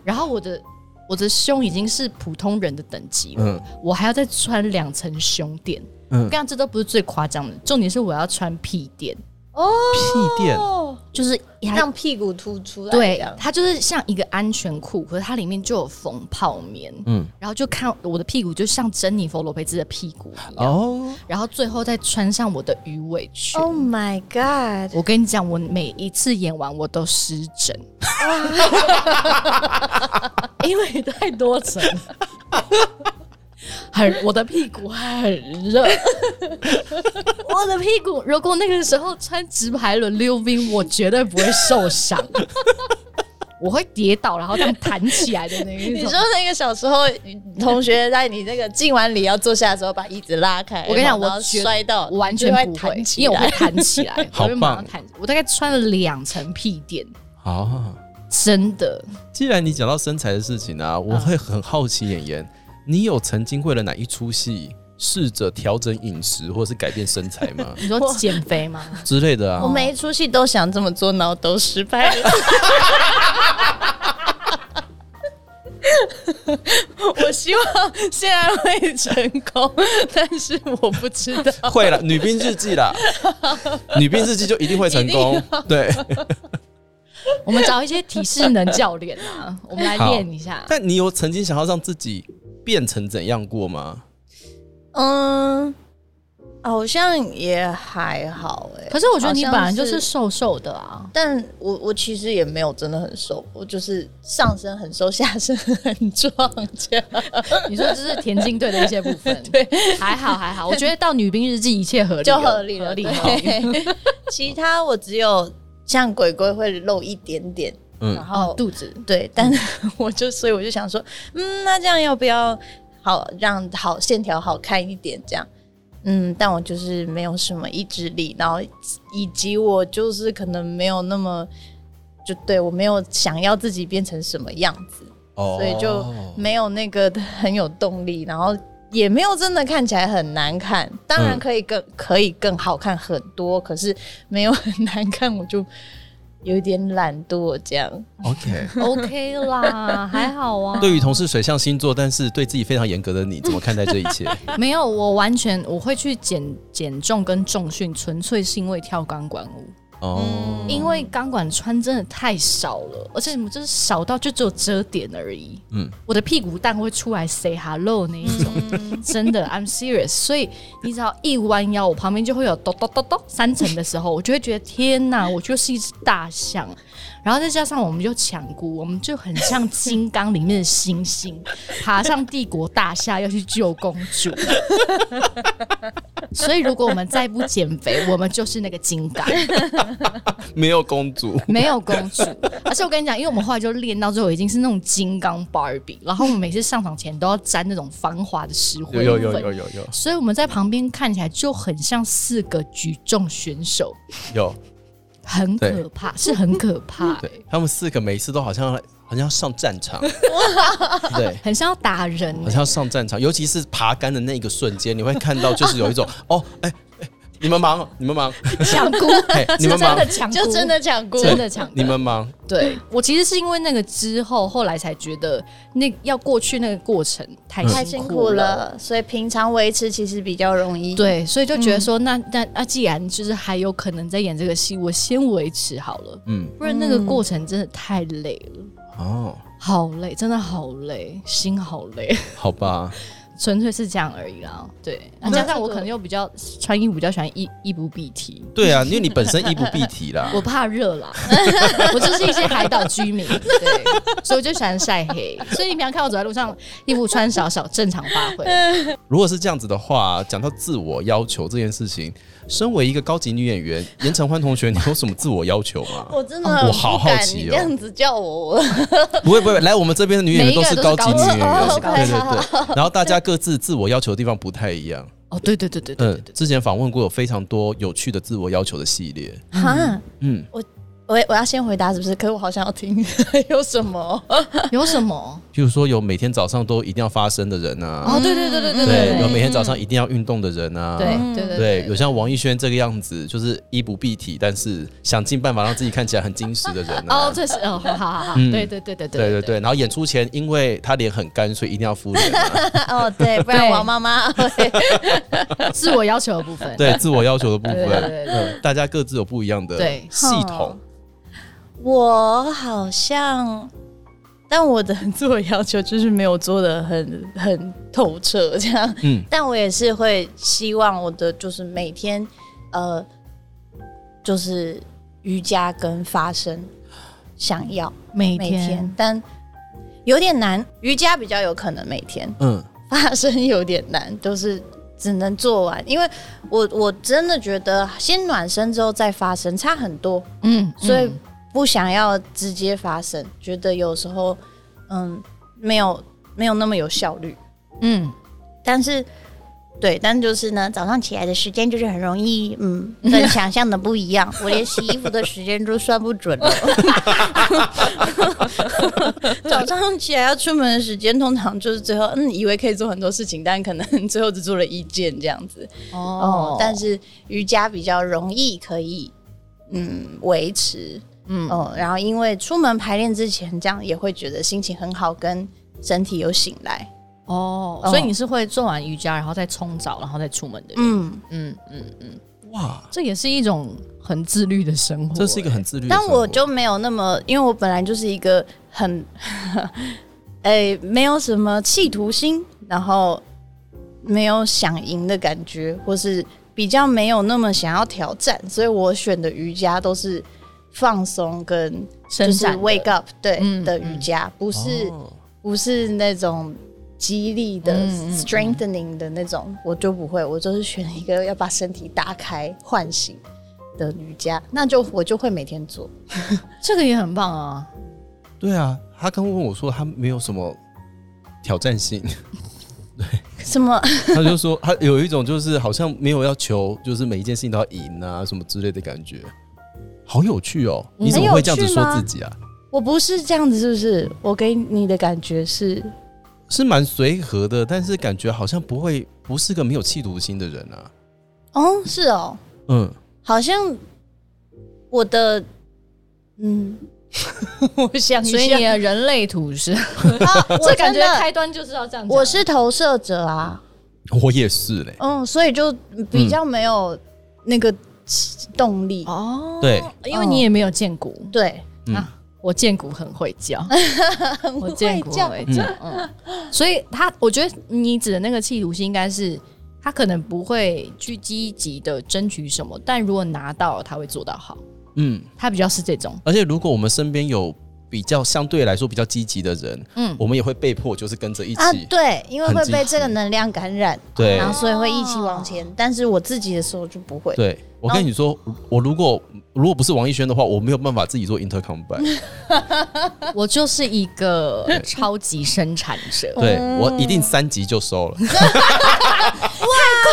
[SPEAKER 1] 然后我的我的胸已经是普通人的等级了，
[SPEAKER 2] 嗯
[SPEAKER 1] 我还要再穿两层胸垫，
[SPEAKER 2] 嗯
[SPEAKER 1] 嗯，刚这都不是最夸张的，重点是我要穿屁垫，
[SPEAKER 2] 屁垫，
[SPEAKER 3] 哦，
[SPEAKER 1] 就是它
[SPEAKER 3] 让屁股凸出来，这
[SPEAKER 1] 对
[SPEAKER 3] 样，
[SPEAKER 1] 它就是像一个安全裤，可是它里面就有缝泡棉，
[SPEAKER 2] 嗯，
[SPEAKER 1] 然后就看我的屁股就像珍妮佛罗培兹的屁股一样，
[SPEAKER 2] 哦，
[SPEAKER 1] 然后最后再穿上我的鱼尾裙。
[SPEAKER 3] Oh my god！
[SPEAKER 1] 我跟你讲，我每一次演完我都湿疹， 因为太多层， 很我的屁股很热， 我的屁股如果那个时候穿直排轮溜冰，我绝对不会受伤， 我会跌倒然后这样弹起来的那一
[SPEAKER 3] 你
[SPEAKER 1] 种
[SPEAKER 3] 说。那个小时候同学在你那个敬完礼要坐下的时候，把椅子拉开，
[SPEAKER 1] 我跟你讲，
[SPEAKER 3] 然后
[SPEAKER 1] 我绝
[SPEAKER 3] 摔哎到
[SPEAKER 1] 我完全不
[SPEAKER 3] 你就弹
[SPEAKER 1] 会，
[SPEAKER 3] 起
[SPEAKER 1] 因为我
[SPEAKER 3] 来
[SPEAKER 1] 会弹起来，
[SPEAKER 2] 好
[SPEAKER 1] 我会马上
[SPEAKER 2] 棒
[SPEAKER 1] 弹。我大概穿了两层屁垫，
[SPEAKER 2] 好。
[SPEAKER 1] 真的。
[SPEAKER 2] 既然你讲到身材的事情啊，我会很好奇演员，你有曾经为了哪一出戏试着调整饮食或是改变身材 吗
[SPEAKER 1] 你说减肥吗？
[SPEAKER 2] 之类的
[SPEAKER 3] 我
[SPEAKER 2] 啊？
[SPEAKER 3] 每一出戏都想这么做，然后都失败了。 我希望现在会成功，但是我不知道。
[SPEAKER 2] 会了，女兵日记 啦，女兵日记就一定会成功。对，
[SPEAKER 1] 我们找一些体适能教练 啊，我们来练一下。
[SPEAKER 2] 但你有曾经想要让自己变成怎样过吗？
[SPEAKER 3] 嗯，好像也还好哎、
[SPEAKER 1] 可是我觉得你本
[SPEAKER 3] 好
[SPEAKER 1] 来
[SPEAKER 3] 像
[SPEAKER 1] 就是瘦瘦的啊，
[SPEAKER 3] 但我我其实也没有真的很瘦，我就是上身很瘦，下身很壮这样。
[SPEAKER 1] 你说这是田径队的一些部分，
[SPEAKER 3] 对，
[SPEAKER 1] 还好还好。我觉得到女兵日记一切合理，哦
[SPEAKER 3] 就合理了，
[SPEAKER 1] 合理
[SPEAKER 3] 对
[SPEAKER 1] 合理
[SPEAKER 3] 其他我只有像鬼鬼会露一点点，
[SPEAKER 2] 嗯
[SPEAKER 3] 然后、
[SPEAKER 1] 哦，肚 子
[SPEAKER 3] 对，但我就所以我就想说，嗯，那这样要不要好让好线条好看一点这样？嗯，但我就是没有什么意志力，然后以及我就是可能没有那么。就对我没有想要自己变成什么样子，
[SPEAKER 2] 哦
[SPEAKER 3] 所以就嗯没有那个很有动力，然后也没有真的看起来很难看。当然
[SPEAKER 2] 嗯
[SPEAKER 3] 可以更、可以更好看很多，可是没有很难看，我就有一点懒惰这样。
[SPEAKER 2] 嗯 OK。
[SPEAKER 1] OK 啦，还好啊。
[SPEAKER 2] 对于同是水象星座，但是对自己非常严格的你，怎么看待这一切？
[SPEAKER 1] 没有，我完全我会去减减重跟重训，纯粹是因为跳钢管舞，
[SPEAKER 3] 嗯
[SPEAKER 2] 哦，
[SPEAKER 1] 因为钢管穿真的太少了，而且你们就是少到就只有遮点而已。
[SPEAKER 2] 嗯
[SPEAKER 1] 嗯，我的屁股蛋会出来 say hello 那一种，真的 I'm serious。所以你只要一弯腰，我旁边就会有咚咚咚咚三层的时候，我就会觉得天哪，我就是一只大象。然后再加上我们就抢姑，我们就很像金刚里面的猩猩，爬上帝国大厦要去救公主。所以如果我们再不减肥，我们就是那个金刚。
[SPEAKER 2] 没有公主，
[SPEAKER 1] 没有公 主，而且我跟你讲，因为我们后来就练到最后已经是那种金刚芭比，然后我们每次上场前都要沾那种防滑的石灰
[SPEAKER 2] 有
[SPEAKER 1] 粉，
[SPEAKER 2] 有有有有有
[SPEAKER 1] 所以我们在旁边看起来就很像四个举重选手，
[SPEAKER 2] 有，
[SPEAKER 1] 很
[SPEAKER 2] 对
[SPEAKER 1] 可怕，是很可怕、欸
[SPEAKER 2] 对他们四个每次都好像好像要上战场，对。
[SPEAKER 1] 很像要打 人、
[SPEAKER 2] 好像要上战场，尤其是爬杆的那个瞬间，你会看到就是有一种哦，哎、哎你们忙，你们忙，
[SPEAKER 1] 抢姑，
[SPEAKER 2] 嘿 你
[SPEAKER 1] 是
[SPEAKER 2] 们
[SPEAKER 1] 真
[SPEAKER 2] 忙
[SPEAKER 1] 的，抢姑，
[SPEAKER 3] 就真的抢过，
[SPEAKER 1] 真的抢姑
[SPEAKER 2] 你们忙，
[SPEAKER 1] 对我其实是因为那个之后，后来才觉得那要过去那个过程太
[SPEAKER 3] 太辛苦
[SPEAKER 1] 了。
[SPEAKER 3] 了，所以平常维持其实比较容易。，
[SPEAKER 1] 对，所以就觉得说，那那那既然就是还有可能在演这个戏，我先维持好了，
[SPEAKER 2] 嗯，
[SPEAKER 1] 不然那个过程真的太累了，
[SPEAKER 2] 哦，
[SPEAKER 1] 好累，真的好累，心好累，
[SPEAKER 2] 好吧，
[SPEAKER 1] 纯粹是这样而已啦。对，那加上我可能又比较穿衣服比较喜欢衣衣不蔽体。
[SPEAKER 2] 对啊，因为你本身衣不蔽体啦，
[SPEAKER 1] 我怕热啦，我就是一些海岛居民，对，所以我就喜欢晒黑。所以你平常看我走在路上，衣服穿少少，正常发挥。
[SPEAKER 2] 如果是这样子的话，讲到自我要求这件事情，身为一个高级女演员，严承欢同学，你有什么自我要求吗？
[SPEAKER 3] 我真的很
[SPEAKER 2] 我好
[SPEAKER 3] 不
[SPEAKER 2] 好
[SPEAKER 3] 敢
[SPEAKER 2] 奇
[SPEAKER 3] 你
[SPEAKER 2] 哦
[SPEAKER 3] 这样子叫我，我
[SPEAKER 2] 不会不会，来我们这边的女演员
[SPEAKER 1] 每一个
[SPEAKER 2] 是
[SPEAKER 1] 都是
[SPEAKER 2] 高级女演员，
[SPEAKER 1] 高
[SPEAKER 3] 级
[SPEAKER 2] 对对
[SPEAKER 3] 哦
[SPEAKER 2] 对，然后大家各自自我要求的地方不太一样，
[SPEAKER 1] 哦，对对对对对
[SPEAKER 2] 嗯
[SPEAKER 1] 对对，，
[SPEAKER 2] 之前访问过有非常多有趣的自我要求的系列，
[SPEAKER 3] 哈，
[SPEAKER 2] 嗯，
[SPEAKER 3] 我我要先回答是不是？可是我好想要听有什么？
[SPEAKER 1] 有什么？
[SPEAKER 2] 譬如说有每天早上都一定要发声的人啊，
[SPEAKER 1] 哦，对对对对对
[SPEAKER 2] 对，有
[SPEAKER 1] 对嗯
[SPEAKER 2] 每天早上一定要运动的人啊，
[SPEAKER 1] 对对
[SPEAKER 2] 对，有像王艺轩这个样子，就是衣不蔽体，但是想尽办法让自己看起来很精实的人、啊。
[SPEAKER 1] 哦，这是哦，好好好，
[SPEAKER 2] 嗯
[SPEAKER 1] 对对对对
[SPEAKER 2] 对对
[SPEAKER 1] 对
[SPEAKER 2] 对，然后演出前，因为他脸很干，所以一定要敷 脸、啊。
[SPEAKER 3] 哦，对，不然
[SPEAKER 1] 对
[SPEAKER 3] 王妈 妈会
[SPEAKER 1] 对，自我要求的部分，
[SPEAKER 2] 对，自我要求的部
[SPEAKER 1] 对对
[SPEAKER 2] 分，
[SPEAKER 1] 对对，
[SPEAKER 2] 嗯，大家各自有不一样的
[SPEAKER 1] 对
[SPEAKER 2] 系统。
[SPEAKER 3] 我好像，但我的自我要求就是没有做的很很透彻这样。
[SPEAKER 2] 嗯
[SPEAKER 3] 但我也是会希望我的就是每天，呃，就是瑜伽跟发声，想要
[SPEAKER 1] 每
[SPEAKER 3] 每天，但有点难。瑜伽比较有可能每天，
[SPEAKER 2] 嗯，
[SPEAKER 3] 发生有点难，就是只能做完，因为我我真的觉得先暖身之后再发生差很多，
[SPEAKER 1] 嗯，
[SPEAKER 3] 所以
[SPEAKER 1] 嗯
[SPEAKER 3] 不想要直接发生，觉得有时候嗯没有没有那么有效率，
[SPEAKER 1] 嗯，
[SPEAKER 3] 但是。对，但就是呢，早上起来的时间就是很容易，嗯，跟想象的不一样。我连洗衣服的时间都算不准了。哦早上起来要出门的时间，通常就是最后，嗯，以为可以做很多事情，但可能最后只做了一件这样子。哦，但是瑜伽比较容易可以，嗯，维持，
[SPEAKER 1] 嗯
[SPEAKER 3] 嗯，哦，然后因为出门排练之前，这样也会觉得心情很好，跟身体有醒来，
[SPEAKER 1] 哦，
[SPEAKER 3] 哦
[SPEAKER 1] 所以你是会做完瑜伽，然后再冲澡，然后再出门的人，
[SPEAKER 3] 嗯。
[SPEAKER 1] 嗯嗯嗯，
[SPEAKER 2] 哇，
[SPEAKER 1] 这也是一种很自律的生活，
[SPEAKER 2] 这是一个很自律的
[SPEAKER 3] 但
[SPEAKER 2] 生活。
[SPEAKER 3] 我就没有那么，因为我本来就是一个很， 哎、没有什么企图心，然后没有想赢的感觉，或是比较没有那么想要挑战，所以我选的瑜伽都是放松跟就
[SPEAKER 1] 伸
[SPEAKER 3] 是
[SPEAKER 1] 展的
[SPEAKER 3] wake up 对、
[SPEAKER 1] 嗯
[SPEAKER 3] 的瑜伽，不是、
[SPEAKER 2] 哦
[SPEAKER 3] 不是那种。激励的、
[SPEAKER 1] 嗯嗯嗯
[SPEAKER 3] strengthening 的那种，我就不会，我就是选一个要把身体打开、唤醒的瑜伽，那就我就会每天做。
[SPEAKER 1] 这个也很棒啊，
[SPEAKER 2] 对啊，他刚问我说他没有什么挑战 性，
[SPEAKER 3] 什么？
[SPEAKER 2] 他就说他有一种就是好像没有要求，就是每一件事情都要赢啊什么之类的感觉，好有趣哦！
[SPEAKER 1] 嗯
[SPEAKER 2] 你怎么会这样子
[SPEAKER 3] 很有趣
[SPEAKER 2] 说
[SPEAKER 3] 吗
[SPEAKER 2] 自己啊？
[SPEAKER 3] 我不是这样子，是不是？我给你的感觉是，
[SPEAKER 2] 是蛮随和的，但是感觉好像不会，不是个没有企图心的人啊。
[SPEAKER 3] 哦，是哦，
[SPEAKER 2] 嗯，
[SPEAKER 3] 好像我的，嗯， 我想一
[SPEAKER 1] 所以
[SPEAKER 3] 下
[SPEAKER 1] 你的人类图是，
[SPEAKER 3] 啊， 我
[SPEAKER 1] 这感觉
[SPEAKER 3] 真的
[SPEAKER 1] 开端就是要这样讲，
[SPEAKER 3] 我是投射者啊，
[SPEAKER 2] 我也是嘞。
[SPEAKER 3] 嗯，所以就比较没有那个动力，
[SPEAKER 1] 哦，
[SPEAKER 2] 对，
[SPEAKER 1] 因
[SPEAKER 3] 嗯
[SPEAKER 1] 为你也没有见骨，
[SPEAKER 3] 对，
[SPEAKER 2] 嗯
[SPEAKER 1] 啊我见骨很会叫，我见骨很
[SPEAKER 2] 哎
[SPEAKER 1] 会叫，嗯， 所以他，我觉得你指的那个企图心，应该是他可能不会去积极的争取什么，但如果拿到了，他会做到好，
[SPEAKER 2] 嗯，
[SPEAKER 1] 他比较是这 种，
[SPEAKER 2] 而且如果我们身边有比较相对来说比较积极的人，
[SPEAKER 1] 嗯
[SPEAKER 2] 嗯，我们也会被迫就是跟着一起。
[SPEAKER 3] 啊，对，因为
[SPEAKER 2] 很
[SPEAKER 3] 会
[SPEAKER 2] 积
[SPEAKER 3] 被
[SPEAKER 2] 极
[SPEAKER 3] 这个能量感染，
[SPEAKER 2] 对啊
[SPEAKER 3] 然后所以会一起往前，但是我自己的时候就不会，
[SPEAKER 2] 对，我跟你说，我如果如果不是王艺轩的话，我没有办法自己做 inter combine。
[SPEAKER 1] 我就是一个超级生产者，
[SPEAKER 2] 对我一定三级就收了。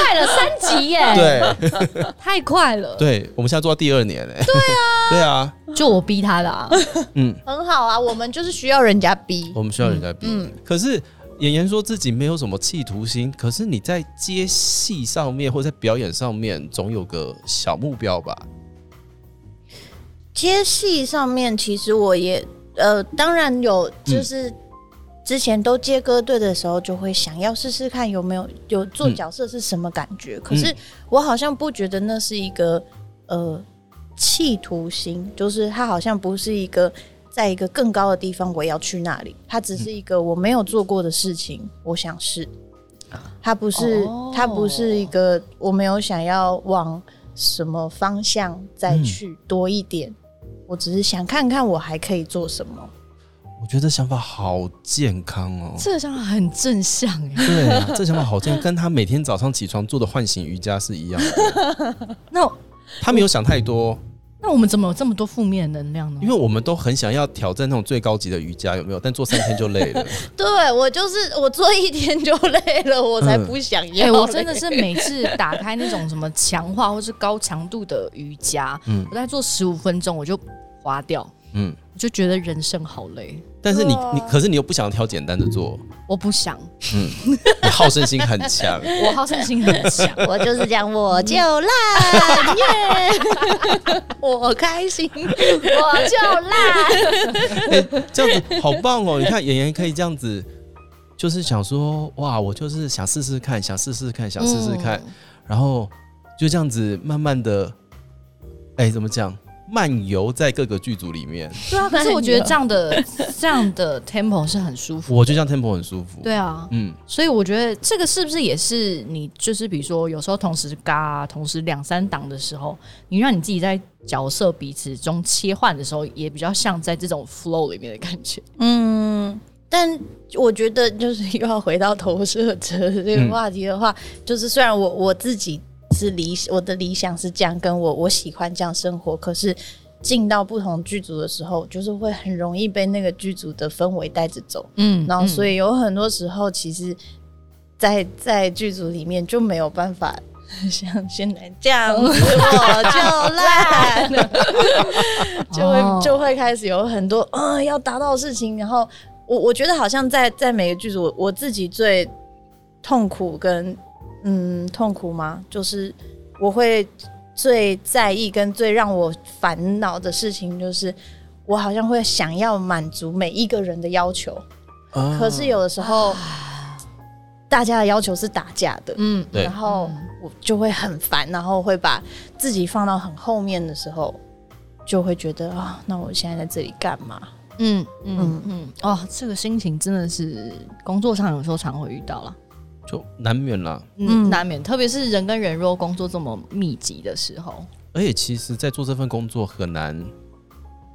[SPEAKER 1] 快了三级 耶，，
[SPEAKER 2] 对
[SPEAKER 1] 太快了，
[SPEAKER 2] 对，我们现在做到第二年嘞。对啊， 对啊，
[SPEAKER 1] 就我逼他的啊，
[SPEAKER 2] 嗯，
[SPEAKER 3] 很好啊，我们就是需要人家逼，
[SPEAKER 2] 我们需要人家逼。可是演员说自己没有什么企图心，可是你在接戏上面或在表演上面，总有个小目标吧？
[SPEAKER 3] 接戏上面，其实我也呃，当然有，
[SPEAKER 2] 嗯
[SPEAKER 3] 就是之前都接歌队的时候，就会想要试试看有没有有做
[SPEAKER 2] 嗯
[SPEAKER 3] 角色是什么感觉。可是我好像不觉得那是一个呃企图心，就是它好像不是一个在一个更高的地方我要去那里，它只是一个我没有做过的事情，我想试。它不是，
[SPEAKER 1] 哦
[SPEAKER 3] 它不是一个我没有想要往什么方向再
[SPEAKER 2] 嗯
[SPEAKER 3] 去多一点，我只是想看看我还可以做什么。
[SPEAKER 2] 我觉得这想法好健康哦。
[SPEAKER 1] 这个想法很正向哎，
[SPEAKER 2] 对啊，这想法好健康，跟他每天早上起床做的唤醒瑜伽是一样的。
[SPEAKER 1] 那我
[SPEAKER 2] 他没有想太多，哦
[SPEAKER 1] 那那我们怎么有这么多负面能量呢
[SPEAKER 2] 因？为我们都很想要挑战那种最高级的瑜伽，有没有？但做三天就累 了。
[SPEAKER 3] 对我就是我做一天就累了，嗯我才不想
[SPEAKER 1] 哎、
[SPEAKER 3] 要、
[SPEAKER 1] 我真的是每次打开那种什么强化或是高强度的瑜伽，
[SPEAKER 2] 嗯
[SPEAKER 1] 我在做十五分钟我就划掉，
[SPEAKER 2] 嗯，
[SPEAKER 1] 我就觉得人生好累，
[SPEAKER 2] 但是你
[SPEAKER 3] 对啊
[SPEAKER 2] 你，可是你又不想挑简单的做，
[SPEAKER 1] 我不想，
[SPEAKER 2] 你好胜心很 强。
[SPEAKER 1] 我好胜心很强。
[SPEAKER 3] 我就是这样，我就烂耶， 我开心，我就烂。
[SPEAKER 2] 哎、这样子好棒哦！你看演员可以这样子，就是想说，哇，我就是想试试看，想试试看，想试试看，
[SPEAKER 3] 嗯
[SPEAKER 2] 然后就这样子慢慢的，哎、怎么讲？漫游在各个剧组里面，
[SPEAKER 1] 对啊，可是我觉得这样的这样的 tempo 是很舒服。
[SPEAKER 2] 我就这样 tempo 很舒 服。，
[SPEAKER 1] 对啊，
[SPEAKER 2] 嗯，
[SPEAKER 1] 所以我觉得这个是不是也是你就是比如说有时候同时嘎、啊同时两三档的时候，你让你自己在角色彼此中切换的时候，也比较像在这种 flow 里面的感觉。
[SPEAKER 3] 嗯，但我觉得就是又要回到投射者这个话题的话，就是虽然我我自己是理我的理想是这样，跟我我喜欢这样生活，可是进到不同剧组的时候，就是会很容易被那个剧组的氛围带着走。
[SPEAKER 1] 嗯
[SPEAKER 3] 然后所
[SPEAKER 1] 以
[SPEAKER 3] 以有很多时候，其实在，在剧组里面就没有办法像现在这样 子，我就烂，
[SPEAKER 1] 嗯
[SPEAKER 3] 就
[SPEAKER 1] 哦
[SPEAKER 3] 会就会开始有很多呃要达到的事情。然后我我觉得好像在在每个剧组，我我自己最痛苦跟嗯痛苦吗？就是我会最在意跟最让我烦恼的事情，就是我好像会想要满足每一个人的要求。
[SPEAKER 2] 啊
[SPEAKER 3] 可是有的时候，大家的要求是打架的，
[SPEAKER 1] 嗯
[SPEAKER 2] 对
[SPEAKER 3] 然后我就会很烦，然后会把自己放到很后面的时候，就会觉得啊，那我现在在这里干嘛？
[SPEAKER 1] 嗯嗯嗯哦，这个心情真的是工作上有时候常会遇到了，
[SPEAKER 2] 就难免啦。
[SPEAKER 1] 嗯，
[SPEAKER 3] 嗯
[SPEAKER 1] 难免，特别是人跟人如果工作这么密集的时候，
[SPEAKER 2] 而且其实，在做这份工作很难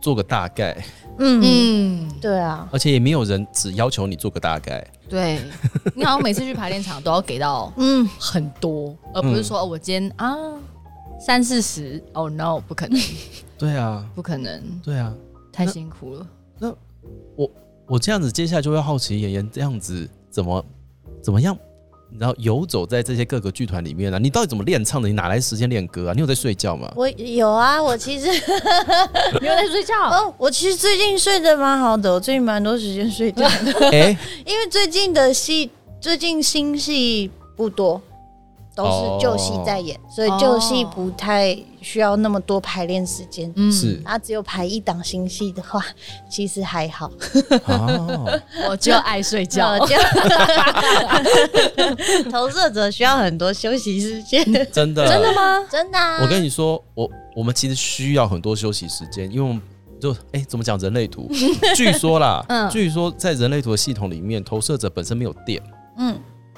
[SPEAKER 2] 做个大概，
[SPEAKER 3] 嗯，
[SPEAKER 1] 嗯，
[SPEAKER 3] 对啊，
[SPEAKER 2] 而且也没有人只要求你做个大概。
[SPEAKER 1] 对你好像每次去排练场都要给到
[SPEAKER 3] 嗯，
[SPEAKER 1] 很多，而不是
[SPEAKER 2] 嗯
[SPEAKER 1] 说、哦我今天啊三四十，哦 no，不可能，
[SPEAKER 2] 对啊，
[SPEAKER 1] 不可能，
[SPEAKER 2] 对啊。
[SPEAKER 1] 太辛苦了。
[SPEAKER 2] 我这样子，接下来就会好奇演员这样子怎么怎么样，你知道游走在这些各个剧团里面啊？你到底怎么练唱的？你哪来时间练歌啊？你有在睡 觉吗？
[SPEAKER 3] 我有啊，我其实
[SPEAKER 1] 你有在睡觉？
[SPEAKER 3] 哦，我其实最近睡得蛮好的，我最近蛮多时间睡觉的，
[SPEAKER 2] 哎、
[SPEAKER 3] 因为最近的戏，最近新戏不多。都
[SPEAKER 2] 哦
[SPEAKER 3] 是旧戏在演，所以旧戏不太需要那么多排练时间。
[SPEAKER 1] 嗯
[SPEAKER 2] 是
[SPEAKER 3] 啊，只有排一档新戏的话，其实还好。
[SPEAKER 2] 哦，
[SPEAKER 1] 我就爱睡觉。
[SPEAKER 3] 就 投射者需要很多休息时间，
[SPEAKER 2] 真的，
[SPEAKER 1] 真的吗？
[SPEAKER 3] 真的、啊。
[SPEAKER 2] 我跟你说，我我们其实需要很多休息时间，因为我们就哎、怎么讲人类 图？据说啦，
[SPEAKER 1] 嗯
[SPEAKER 2] 据说在人类图的系统里面，投射者本身没有电，
[SPEAKER 3] 嗯，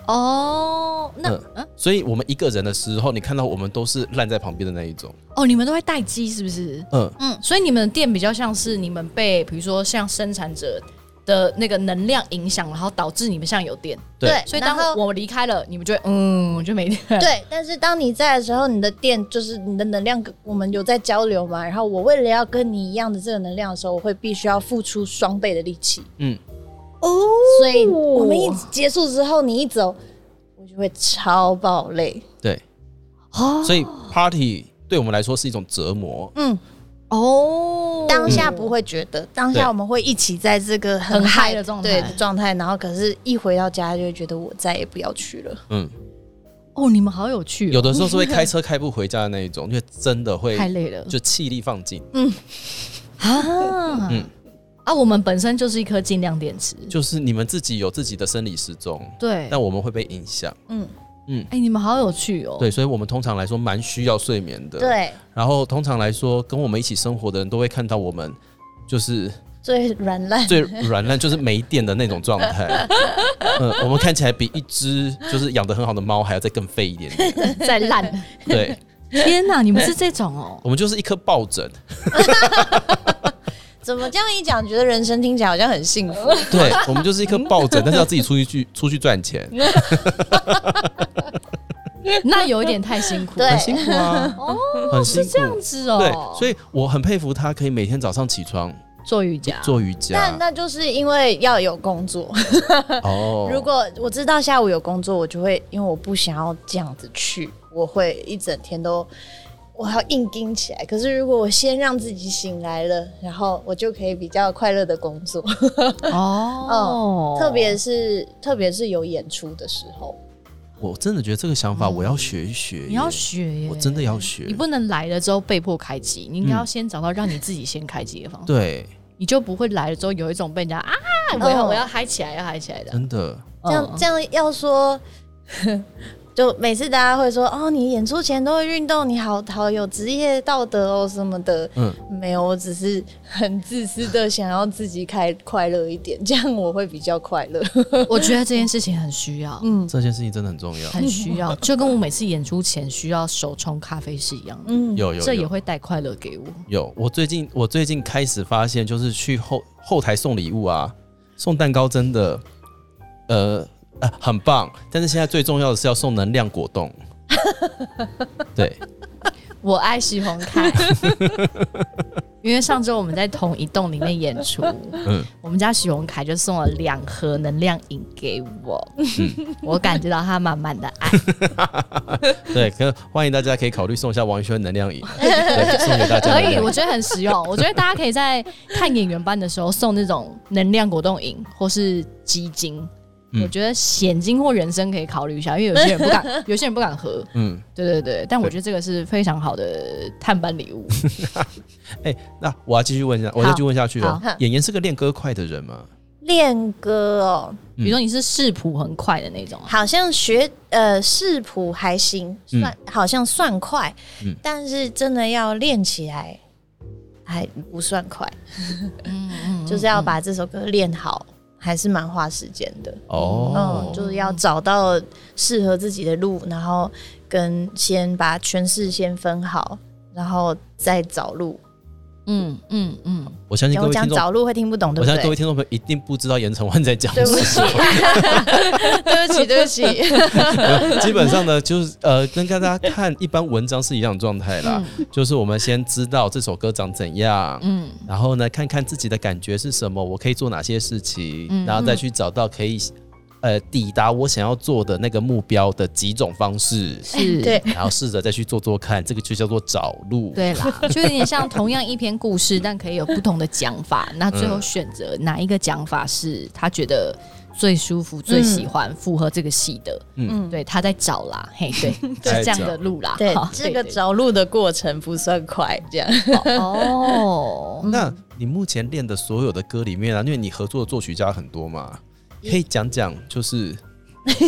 [SPEAKER 1] 哦，那
[SPEAKER 2] 嗯
[SPEAKER 1] 嗯
[SPEAKER 2] 所以我们一个人的时候，你看到我们都是烂在旁边的那一种。
[SPEAKER 1] 哦，你们都会待机是不是？
[SPEAKER 2] 嗯，
[SPEAKER 1] 所以你们的店比较像是你们被比如说像生产者的那个能量影响，然后导致你们像有电。
[SPEAKER 2] 对
[SPEAKER 3] 对
[SPEAKER 1] 所以
[SPEAKER 3] 然
[SPEAKER 1] 当
[SPEAKER 3] 后
[SPEAKER 1] 我离开了，你们就会嗯， 就没电。
[SPEAKER 3] 对，但是当你在的时候，你的电就是你的能量，我们有在交流嘛。然后我为了要跟你一样的这个能量的时候，我会必须要付出双倍的力气。
[SPEAKER 2] 嗯，
[SPEAKER 1] 哦，
[SPEAKER 3] 所以我们一结束之后，你一走，我就会超爆累。
[SPEAKER 2] 对，
[SPEAKER 1] 哦
[SPEAKER 2] 所以 party 对我们来说是一种折磨。
[SPEAKER 3] 嗯，
[SPEAKER 1] 哦，
[SPEAKER 3] 当下不会觉得，当
[SPEAKER 2] 对
[SPEAKER 3] 下我们会一起在这个
[SPEAKER 1] 很嗨
[SPEAKER 3] 嗯嗨
[SPEAKER 1] 的状态
[SPEAKER 3] 对的状态，然后可是，一回到家就会觉得我再也不要去了。
[SPEAKER 2] 嗯，
[SPEAKER 1] 哦，你们好有趣、哦，
[SPEAKER 2] 有的时候是会开车开不回家的那一种，因为真的会
[SPEAKER 1] 太累了，嗯
[SPEAKER 2] 就气力放尽，
[SPEAKER 1] 啊，
[SPEAKER 2] 嗯
[SPEAKER 1] 啊，我们本身就是一颗尽量电池，
[SPEAKER 2] 就是你们自己有自己的生理时钟，
[SPEAKER 1] 对，哎、
[SPEAKER 2] 但我们会被影响。
[SPEAKER 3] 嗯，
[SPEAKER 1] 你们好有趣哦，
[SPEAKER 2] 对，所以我们通常来说蛮需要睡眠的。，
[SPEAKER 3] 对，
[SPEAKER 2] 然后通常来说，跟我们一起生活的人都会看到我们就是
[SPEAKER 3] 最 软烂。
[SPEAKER 2] 最软烂，就是没电的那种状态。嗯，我们看起来比一只就是养得很好的猫还要再更废一点点。
[SPEAKER 1] 在烂，
[SPEAKER 2] 对，
[SPEAKER 1] 天哪，你们是这种哦，
[SPEAKER 2] 我们就是一颗抱枕。
[SPEAKER 3] 怎么这样一讲，觉得人生听起来好像很幸福？
[SPEAKER 2] 对，啊我们就是一颗抱枕，但是要自己出去去出去赚钱。
[SPEAKER 1] 那有一点太辛苦了。
[SPEAKER 3] 对
[SPEAKER 2] 很辛苦啊，
[SPEAKER 1] 哦，
[SPEAKER 2] 很辛
[SPEAKER 1] 是
[SPEAKER 2] 苦。
[SPEAKER 1] 这样子哦。
[SPEAKER 2] 对，所以我很佩服他，可以每天早上起床
[SPEAKER 1] 做瑜伽，
[SPEAKER 2] 做瑜
[SPEAKER 3] 但
[SPEAKER 2] 伽。
[SPEAKER 3] 那就是因为要有工作，
[SPEAKER 2] 哦，
[SPEAKER 3] 如果我知道下午有工作，我就会因为我不想要这样子去，我会一整天都我要硬盯起来。可是如果我先让自己醒来了，然后我就可以比较快乐的工作，
[SPEAKER 1] 哦，
[SPEAKER 3] 特别是特别是有演出的时候，
[SPEAKER 2] 我真的觉得这个想法，我要学一学耶。
[SPEAKER 1] 嗯你要学耶，
[SPEAKER 2] 我真的要学嗯
[SPEAKER 1] 你不能来了之后被迫开机，你应该要先找到让你自己先开机的方法，
[SPEAKER 2] 对，
[SPEAKER 1] 你就不会来了之后有一种被人家啊，我要我要嗨起来，要嗨起来的。
[SPEAKER 2] 真的
[SPEAKER 3] 嗯这样、
[SPEAKER 1] 嗯
[SPEAKER 3] 这样要说。就每次大家会说哦，你演出前都会运动，你好好有职业道德哦什么的。
[SPEAKER 2] 嗯
[SPEAKER 3] 没有，我只是很自私的想要自己开快乐一点，这样我会比较快乐。
[SPEAKER 1] 我觉得这件事情很需要，
[SPEAKER 2] 这件事情真的很重要。
[SPEAKER 1] 很需要，就跟我每次演出前需要手冲咖啡是一样的，
[SPEAKER 3] 嗯，
[SPEAKER 2] 有有
[SPEAKER 1] 这也
[SPEAKER 2] 有
[SPEAKER 1] 会带快乐给我。
[SPEAKER 2] 有，我最近我最近开始发现，就是去后后台送礼物啊，送蛋糕真的，呃呃很棒，但是现在最重要的是要送能量果冻。对，
[SPEAKER 1] 我爱许宏凯， 因为上周我们在同一栋里面演出，
[SPEAKER 2] 嗯
[SPEAKER 1] 我们家许宏凯就送了两盒能量饮给我，
[SPEAKER 2] 嗯
[SPEAKER 1] 我感觉到他满满的爱。
[SPEAKER 2] 对，可欢迎大家可以考虑送一下王一轩能量 饮，对送给大家
[SPEAKER 1] 可
[SPEAKER 2] 能量饮。
[SPEAKER 1] 以，哎我觉得很实用。 我觉得大家可以在看演员班的时候送那种能量果冻饮或是鸡精。
[SPEAKER 2] 嗯
[SPEAKER 1] 我觉得鲜精或人参可以考虑一下，因为有些人不敢，有些人不敢喝。
[SPEAKER 2] 嗯，
[SPEAKER 1] 对对对，但我觉得这个是非常好的探班礼物。
[SPEAKER 2] 哎、那我要继续问一下，我再继续问下去哦
[SPEAKER 3] 好。
[SPEAKER 2] 演员是个练歌快的人吗？
[SPEAKER 3] 练歌哦，
[SPEAKER 1] 比如说你是视谱很快的那种啊，
[SPEAKER 3] 好像学呃视谱还行，
[SPEAKER 2] 嗯
[SPEAKER 3] 算、好像算快，
[SPEAKER 2] 嗯
[SPEAKER 3] 但是真的要练起来还不算快，嗯
[SPEAKER 2] 嗯
[SPEAKER 3] 就是要把这首歌练好，还是蛮花时间的。
[SPEAKER 2] 哦
[SPEAKER 3] 嗯，，就是要找到适合自己的路，然后跟先把诠释先分好，然后再找路。
[SPEAKER 1] 嗯嗯嗯，
[SPEAKER 2] 我相信各
[SPEAKER 3] 我
[SPEAKER 2] 位
[SPEAKER 3] 讲
[SPEAKER 2] 听众，
[SPEAKER 3] 找路会听不懂，对
[SPEAKER 2] 我
[SPEAKER 3] 不
[SPEAKER 2] 相信各位
[SPEAKER 3] 对？
[SPEAKER 2] 听众朋友一定不知道严承欢在讲
[SPEAKER 3] 对
[SPEAKER 2] 什
[SPEAKER 3] 不起， 对不起，对不起。
[SPEAKER 2] 么。 基本上呢，就是呃，跟大家看一般文章是一样的状态啦，就是我们先知道这首歌长怎样，嗯，然后呢，看看自己的感觉是什么，我可以做哪些事情，然后再去找到可以呃抵达我想要做的那个目标的几种方式。
[SPEAKER 1] 是，
[SPEAKER 3] 哎对，
[SPEAKER 2] 然后试着再去做做看，这个就叫做找路。
[SPEAKER 1] 对啦，就有点像同样一篇故事，但可以有不同的讲法。那最后选择哪一个讲法是他觉得最舒服、最喜欢、符合这个戏的？嗯，对，他在找啦，嘿，对，是这样的路啦。
[SPEAKER 3] 对
[SPEAKER 1] 好，
[SPEAKER 3] 这个找路的过程不算快，这样。
[SPEAKER 1] 对哦，
[SPEAKER 2] 那你目前练的所有的歌里面啊，因为你合作的作曲家很多嘛，可以讲讲就是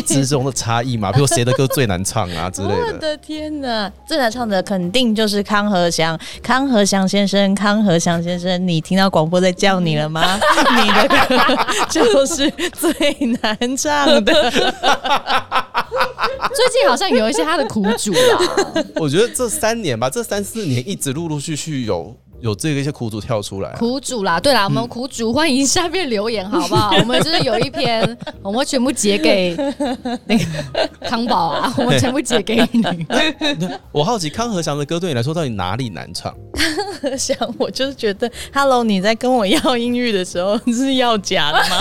[SPEAKER 2] 之中的差异嘛，比如谁的歌最难唱啊之类
[SPEAKER 3] 哦我
[SPEAKER 2] 的。
[SPEAKER 3] 的天哪！最难唱的肯定就是康和祥，康和祥先生，康和祥先生，你听到广播在叫你 了吗？你的歌 就是最难唱的。
[SPEAKER 1] 最近好像有一些他的苦主啦，
[SPEAKER 2] 我觉得这三年吧，这三四年一直陆陆续续有有这个一些苦主跳出来啊、
[SPEAKER 1] 苦主啦，对啦，我们苦主欢迎下面留言好不好？我们就是有一篇，我们会全部截给那个康宝啊，我们全部截给你。
[SPEAKER 2] 我好奇康和祥的歌对你来说到底哪里难 唱？
[SPEAKER 3] 康和祥，我就是觉得，Hello，你在跟我要音域的时候是要假的吗？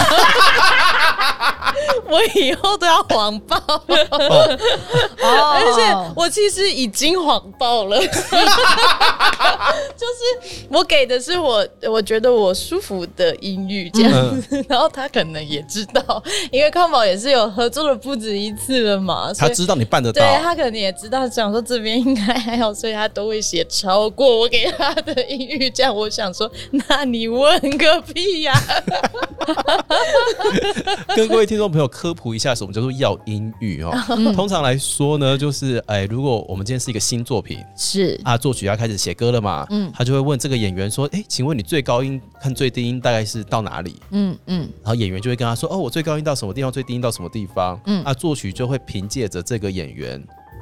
[SPEAKER 3] 我以后都要谎报，
[SPEAKER 1] 而
[SPEAKER 3] 而且我其实已经谎报了，就是我给的是我我觉得我舒服的音域
[SPEAKER 2] 嗯
[SPEAKER 3] 这样子，然后他可能也知道，因为康宝也是有合作了不止一次了嘛，所
[SPEAKER 2] 他
[SPEAKER 3] 以
[SPEAKER 2] 知道你办得到
[SPEAKER 3] 对，他可能也知道，想说这边应该还好，所以他都会写超过我给他的音域，这样我想说，那你问个屁呀、
[SPEAKER 2] 跟各位听众朋友科普一下，什么叫做要音域哦。
[SPEAKER 3] 嗯
[SPEAKER 2] 通常来说呢，就是哎，如果我们今天是一个新作品，
[SPEAKER 1] 是
[SPEAKER 2] 啊，作曲家开始写歌了嘛，嗯，他就会问这个演员说，哎、请问你最高音和最低音大概是到哪里？
[SPEAKER 1] 嗯嗯
[SPEAKER 2] 然后演员就会跟他说，哦，我最高音到什么地方，最低音到什么地方，嗯，啊，作曲就会凭借着这个演员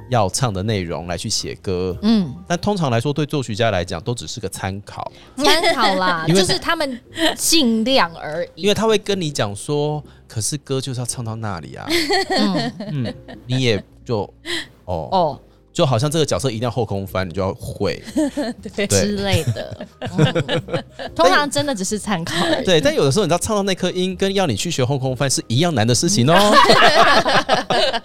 [SPEAKER 2] 要唱的内容来去写歌。
[SPEAKER 1] 嗯，
[SPEAKER 2] 但通常来说，对作曲家来讲都只是个参考，
[SPEAKER 1] 参考啦，
[SPEAKER 2] 因为
[SPEAKER 1] 就是他们尽量而
[SPEAKER 2] 因
[SPEAKER 1] 已。
[SPEAKER 2] 为他会跟你讲 说，可是歌就是要唱到那里啊，嗯，你也就哦，
[SPEAKER 1] 哦
[SPEAKER 2] 就好像这个角色一定要后空翻，你就要会。
[SPEAKER 1] 之
[SPEAKER 3] 对
[SPEAKER 2] 对
[SPEAKER 1] 类 的。嗯通常真的只是参考 而已。
[SPEAKER 2] 对，但有的时候你知道唱到那颗音，跟要你去学后空翻是一样难的事情哦。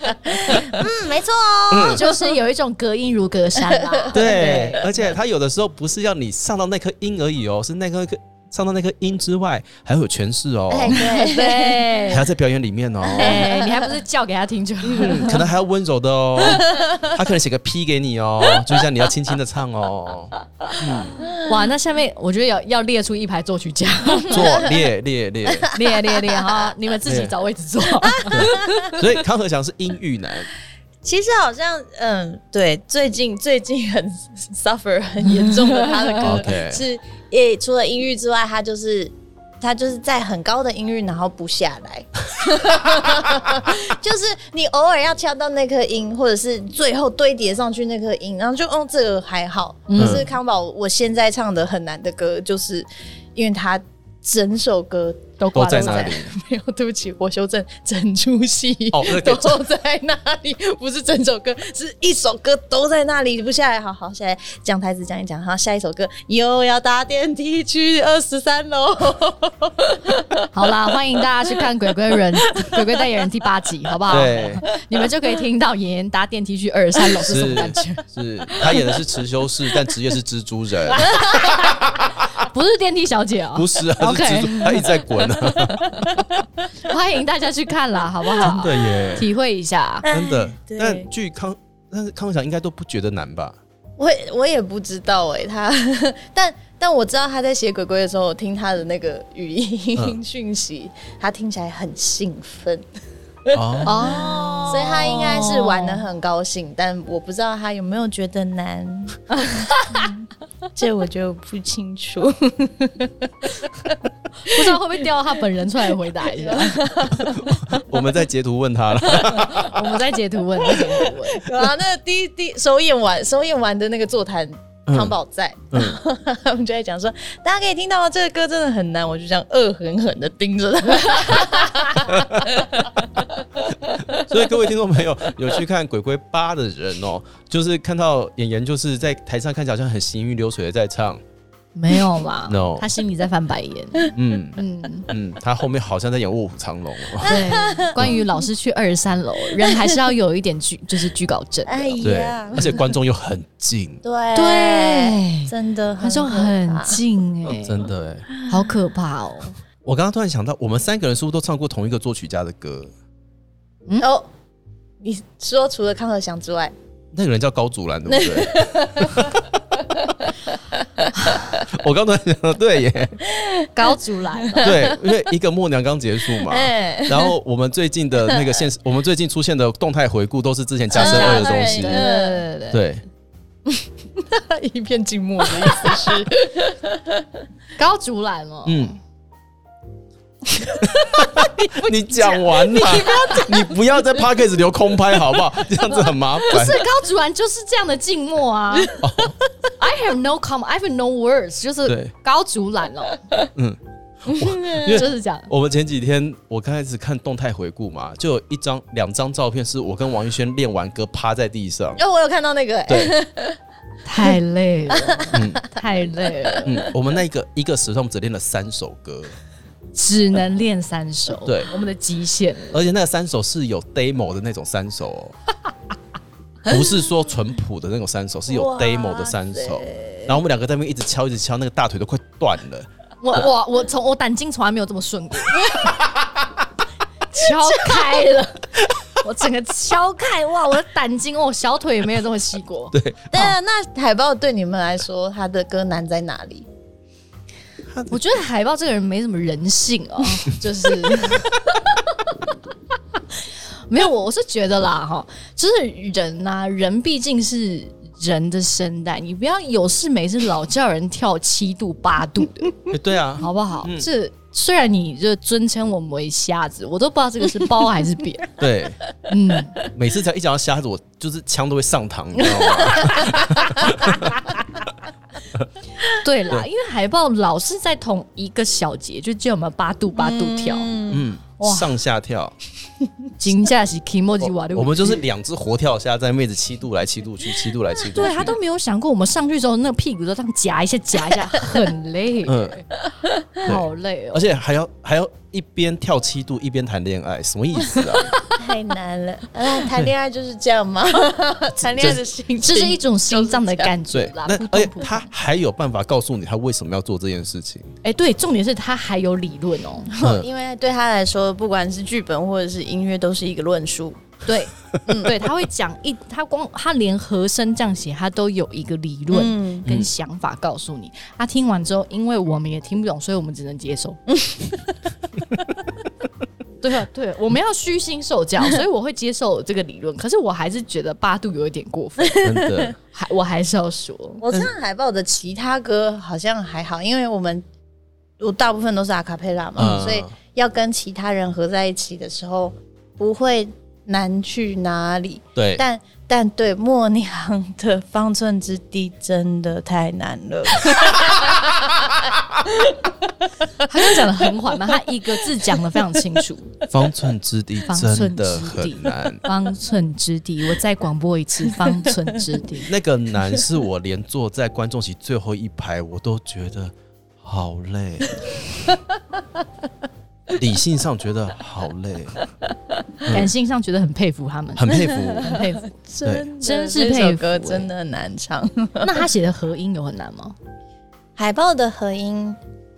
[SPEAKER 3] 嗯，没错哦，
[SPEAKER 1] 就是有一种隔音如隔山 啦。
[SPEAKER 2] 对，而且他有的时候不是要你上到那颗音而已哦，是那颗上到那颗音之外，还会有诠释哦，
[SPEAKER 3] 哎对
[SPEAKER 1] 对
[SPEAKER 2] 还，要在表演里面哦，
[SPEAKER 1] 哎，你还不是叫给他听就好？
[SPEAKER 2] 嗯可能还要温柔 的哦，他可能写个 P 给你哦，就这样你要轻轻的 唱哦，
[SPEAKER 1] 哇，那下面我觉得要要列出一排作 曲家，
[SPEAKER 2] 做列列列，
[SPEAKER 1] 列列列哈，你们自己
[SPEAKER 2] 对
[SPEAKER 1] 找位置 坐。
[SPEAKER 2] 啊所以康和祥是音 域男，
[SPEAKER 3] 其实好像，嗯，对，最近最近很 suffer 很严重的他的
[SPEAKER 2] OK
[SPEAKER 3] 歌是，也除了音域之外，他就是他就是在很高的音域，然后不下来， 就是你偶尔要敲到那颗音，或者是最后堆叠上去那颗音，然后就哦这个还好。可是康宝，我现在唱的很难的歌，就是因为他整首歌
[SPEAKER 1] 都
[SPEAKER 2] 都
[SPEAKER 1] 挂
[SPEAKER 2] 在那里？
[SPEAKER 3] 没有，对不起，我修正，整出戏
[SPEAKER 2] 哦那个
[SPEAKER 3] 都在那里，不是整首歌，是一首歌都在那里不下来。好好，下来讲台词讲一讲，好，下一首歌又要搭电梯去二十三楼。
[SPEAKER 1] 好啦，欢迎大家去看《鬼鬼人》 《鬼鬼代言人》第八集，好不好？
[SPEAKER 2] 对，
[SPEAKER 1] 你们就可以听到妍妍搭电梯去二十三楼是什么感觉，
[SPEAKER 2] 是他演的是持修士，但职业是蜘蛛 人，
[SPEAKER 1] 不是电梯小姐哦、
[SPEAKER 2] 不是啊，是
[SPEAKER 1] OK
[SPEAKER 2] 蜘蛛，他一直在 滚啊，
[SPEAKER 1] 欢迎大家去看啦，好不好？
[SPEAKER 2] 对耶，
[SPEAKER 1] 体会一下。
[SPEAKER 2] 真的。
[SPEAKER 3] 对
[SPEAKER 2] 但据康，但是康和祥应该都不觉得难吧？
[SPEAKER 3] 我也我也不知道哎、他， 但但我知道他在写鬼鬼的时候，我听他的那个语音
[SPEAKER 2] 嗯
[SPEAKER 3] 讯息，他听起来很兴奋，
[SPEAKER 2] 哦，
[SPEAKER 1] 哦，
[SPEAKER 3] 所以他应该是玩的很高兴，但我不知道他有没有觉得难，嗯 这我就不清楚。
[SPEAKER 1] 不知道会不会调到他本人出来回答一下。
[SPEAKER 2] 我们在截图问他了，
[SPEAKER 1] 我们在截图问，在截图问
[SPEAKER 3] 有啊，那个第一第首演完首演完的那个座谈，
[SPEAKER 2] 嗯
[SPEAKER 3] 康宝在， 他们就在讲说，大家可以听到吗？这个歌真的很难，我就这样恶狠狠的盯着他。
[SPEAKER 2] 所以各位听众朋友有去看《鬼鬼八》的人哦，就是看到演员就是在台上看起来好像很行云流水的在唱，
[SPEAKER 1] 没有吧
[SPEAKER 2] No
[SPEAKER 1] 他心里在翻白眼。
[SPEAKER 2] 嗯
[SPEAKER 1] 嗯，
[SPEAKER 2] 嗯，他后面好像在演《卧虎藏龙》哦，
[SPEAKER 1] 对。关于老师去二十三楼，人还是要有一点居，就是居高症。
[SPEAKER 3] 哎
[SPEAKER 2] 对
[SPEAKER 3] 呀，，
[SPEAKER 2] 而且观众又很近，
[SPEAKER 3] 对
[SPEAKER 1] 对
[SPEAKER 3] 真的很
[SPEAKER 1] 观众
[SPEAKER 3] 可
[SPEAKER 1] 很
[SPEAKER 3] 怕
[SPEAKER 1] 近哎、
[SPEAKER 2] 真的哎。
[SPEAKER 1] 好可怕哦！
[SPEAKER 2] 我刚刚突然想到，我们三个人是不是都唱过同一个作曲家的歌？
[SPEAKER 3] 哦。你说除了康和祥之外，
[SPEAKER 2] 那个人叫高祖蓝，对不对？我刚突然想到，对耶，
[SPEAKER 1] 高祖来了，
[SPEAKER 2] 对，因为一个默娘刚结束嘛，
[SPEAKER 3] 哎，
[SPEAKER 2] 然后我们最近的那个现实，我们最近出现的动态回顾都是之前加深二的东西
[SPEAKER 3] 对
[SPEAKER 1] 对，
[SPEAKER 3] 嗯
[SPEAKER 1] 对对对，
[SPEAKER 2] 对，
[SPEAKER 3] 一片静默的意思 是，
[SPEAKER 1] 高祖来了，
[SPEAKER 2] 嗯。 你讲完了，你不要在 p a c k a g e 留空拍好不 好？这样子很麻
[SPEAKER 1] 不
[SPEAKER 2] 烦
[SPEAKER 1] 是。高祖蓝就是这样的静默啊。I
[SPEAKER 2] 哦
[SPEAKER 1] have no com, I have no words，就是
[SPEAKER 2] 对
[SPEAKER 1] 高祖蓝哦，
[SPEAKER 2] 嗯因为
[SPEAKER 1] 就是这样。
[SPEAKER 2] 我们前几天我刚开始看动态回顾嘛，就有一张、两张照片是我跟王一轩练完歌趴在地上。
[SPEAKER 3] 哦，我有看到那个，哎
[SPEAKER 2] 对，
[SPEAKER 1] 太累了，太累了，
[SPEAKER 2] 嗯，我们那个一个时段我们只练了三首歌，
[SPEAKER 1] 只能练三首，
[SPEAKER 2] 对
[SPEAKER 1] 我们的极限。
[SPEAKER 2] 而且那个三首是有 demo 的那种三首哦， 不是说纯谱的那种三首，是有
[SPEAKER 3] 哇
[SPEAKER 2] demo 的三首
[SPEAKER 3] 塞。
[SPEAKER 2] 然后我们两个在那边一直敲，一直敲，那个大腿都快断了。
[SPEAKER 1] 我我我从我胆经从来没有这么 顺过，敲开了，我整个敲开，哇，我的胆经，我小腿也没有这么细过。
[SPEAKER 2] 对，
[SPEAKER 3] 对啊，那海报对你们来说，他的歌难在哪里？
[SPEAKER 1] 我觉得海豹这个人没什么人性 哦，就是 没有我，我是觉得啦哈，就是人呐、人毕竟是人的声带，你不要有事没事老叫人跳七度八 度的，
[SPEAKER 2] 诶对啊，
[SPEAKER 1] 好不好？
[SPEAKER 2] 嗯
[SPEAKER 1] 这虽然你就尊称我们为瞎子，我都不知道这个是包还是 扁，
[SPEAKER 2] 对，
[SPEAKER 1] 嗯，
[SPEAKER 2] 每次只要一讲到瞎子，我就是枪都会上膛，你知 道吗？
[SPEAKER 1] 对啦，因为海豹老是在同一个小节就叫我们八度八度跳，
[SPEAKER 2] 嗯
[SPEAKER 1] 哇，
[SPEAKER 2] 上下跳，
[SPEAKER 1] 惊吓是 k i m o j i 瓦对
[SPEAKER 2] 哦我
[SPEAKER 1] 不
[SPEAKER 2] 们就是两只活跳虾在妹子七度来七度去，七度来七度去。
[SPEAKER 1] 对他都没有想过，我们上去之后那个屁股都这样夹一下夹 一下，很累，
[SPEAKER 2] 嗯，
[SPEAKER 1] 好累哦
[SPEAKER 2] 而。且还要还要一边跳七度一边谈恋爱，什么意思 啊？
[SPEAKER 3] 太难 了。啊，谈恋爱就是这样 吗？谈恋爱的心情
[SPEAKER 1] 这是一种心脏的感
[SPEAKER 2] 对
[SPEAKER 1] 觉啦，，
[SPEAKER 2] 那
[SPEAKER 1] 扑通
[SPEAKER 2] 哦而且
[SPEAKER 1] 扑通
[SPEAKER 2] 他还有办法告诉你他为什么要做这件 事情。
[SPEAKER 1] 哎、对，重点是他还有理论 哦。
[SPEAKER 2] 嗯
[SPEAKER 3] 因为对他来说，不管是剧本或者是音乐，都是一个论述。
[SPEAKER 1] 对，嗯， 对，他会讲一，他光他连和声这样写，他都有一个理论
[SPEAKER 3] 嗯，
[SPEAKER 1] 跟想法告诉你。他、听完之后，因为我们也听不懂，所以我们只能接 受。 对啊，对，我们要虚心受教，所以我会接受这个理论。可是我还是觉得八度有一点过分，
[SPEAKER 2] 真的，
[SPEAKER 1] 还我还是要说，
[SPEAKER 3] 我唱海报的其他歌好像还好，因为我们我大部分都是阿卡贝拉嘛，
[SPEAKER 2] 嗯
[SPEAKER 3] 所以要跟其他人合在一起的时候不会难去哪里。
[SPEAKER 2] 对，
[SPEAKER 3] 但但对默娘的《方寸之地》真的太难了，
[SPEAKER 1] 他刚刚讲的很缓慢，他一个字讲的非常清 楚。
[SPEAKER 2] 方寸之地
[SPEAKER 1] 方
[SPEAKER 2] 真
[SPEAKER 1] 寸
[SPEAKER 2] 的
[SPEAKER 1] 之地
[SPEAKER 2] 很难。
[SPEAKER 1] 方寸之地，我再广播一 次，方寸之地。
[SPEAKER 2] 那个难是我连坐在观众席最后一排，我都觉得好累。 理性上觉得好累，
[SPEAKER 1] 感性上觉得很佩服他们，
[SPEAKER 2] 嗯很佩服。
[SPEAKER 1] 很佩服。
[SPEAKER 3] 真的
[SPEAKER 1] 真是
[SPEAKER 3] 这首
[SPEAKER 1] 佩服
[SPEAKER 3] 歌
[SPEAKER 1] 欸
[SPEAKER 3] 真的很难唱。
[SPEAKER 1] 那他写的合音有很难吗？
[SPEAKER 3] 海报的合音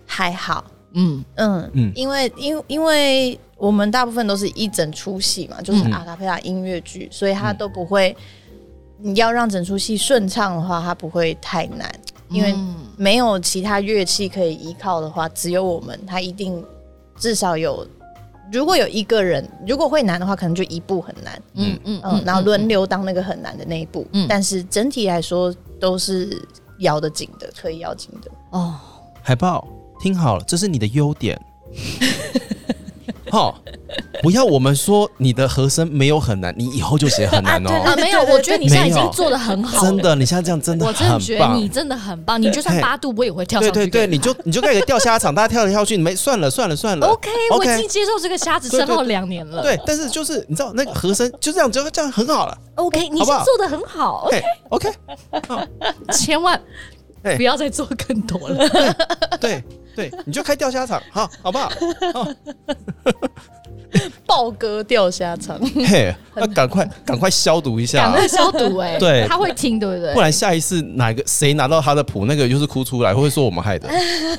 [SPEAKER 3] 还好，
[SPEAKER 1] 嗯，
[SPEAKER 3] 嗯
[SPEAKER 2] 嗯
[SPEAKER 3] 嗯，因为因因为我们大部分都是一整出戏嘛，
[SPEAKER 1] 嗯
[SPEAKER 3] 就是阿卡贝拉音乐剧，所以它都不会。你要让整出戏顺畅的话，它不会太难，因为
[SPEAKER 1] 嗯
[SPEAKER 3] 没有其他乐器可以依靠的话，只有我们，它一定至少有。如果有一个人，如果会难的话，可能就一步很难，
[SPEAKER 2] 嗯
[SPEAKER 1] 嗯嗯
[SPEAKER 3] 嗯，然后轮流当那个很难的那一步。
[SPEAKER 1] 嗯
[SPEAKER 3] 但是整体来说都是咬得紧的，可以咬紧的。
[SPEAKER 1] 哦，
[SPEAKER 2] 海报，听好了，这是你的优 点。好、不要我们说你的和声没有很难，你以后就写很难
[SPEAKER 1] 啊
[SPEAKER 2] 哦。
[SPEAKER 1] 没有，我觉得你现在已
[SPEAKER 2] 没
[SPEAKER 1] 经
[SPEAKER 2] 有
[SPEAKER 1] 做的很好了，
[SPEAKER 2] 真的，你现在这样真的
[SPEAKER 1] 我
[SPEAKER 2] 很
[SPEAKER 1] 真的觉得
[SPEAKER 2] 棒。
[SPEAKER 1] 你真的很棒，你就算
[SPEAKER 2] 嘿
[SPEAKER 1] 八度我也会跳上
[SPEAKER 2] 对
[SPEAKER 1] 去给
[SPEAKER 2] 对
[SPEAKER 1] 你看。
[SPEAKER 2] 对，你就你就盖个吊虾场，大家跳来跳去，你没算了算了算了。
[SPEAKER 1] OK，我
[SPEAKER 2] OK
[SPEAKER 1] 已经接受这个瞎子
[SPEAKER 2] 对对
[SPEAKER 1] 生
[SPEAKER 2] 对
[SPEAKER 1] 耗两年了。
[SPEAKER 2] 对，但是就是你知道那个和声就这样，就这样很好了。
[SPEAKER 1] OK，你
[SPEAKER 2] 好
[SPEAKER 1] 是
[SPEAKER 2] 不好
[SPEAKER 1] 做的很好，
[SPEAKER 2] 嘿 OK，
[SPEAKER 1] 千万
[SPEAKER 2] 嘿
[SPEAKER 1] 不要再做更多了。
[SPEAKER 2] 对对，你就开吊虾场，好 好不好？
[SPEAKER 3] 豹哥掉下场，
[SPEAKER 2] 嘿，那赶快赶快消毒一下
[SPEAKER 1] 赶
[SPEAKER 2] 啊，
[SPEAKER 1] 快消毒哎，
[SPEAKER 2] 对
[SPEAKER 1] 他会听对不对
[SPEAKER 2] 不？然下一次哪个谁拿到他的谱，那个又是哭出来，会说我们害的。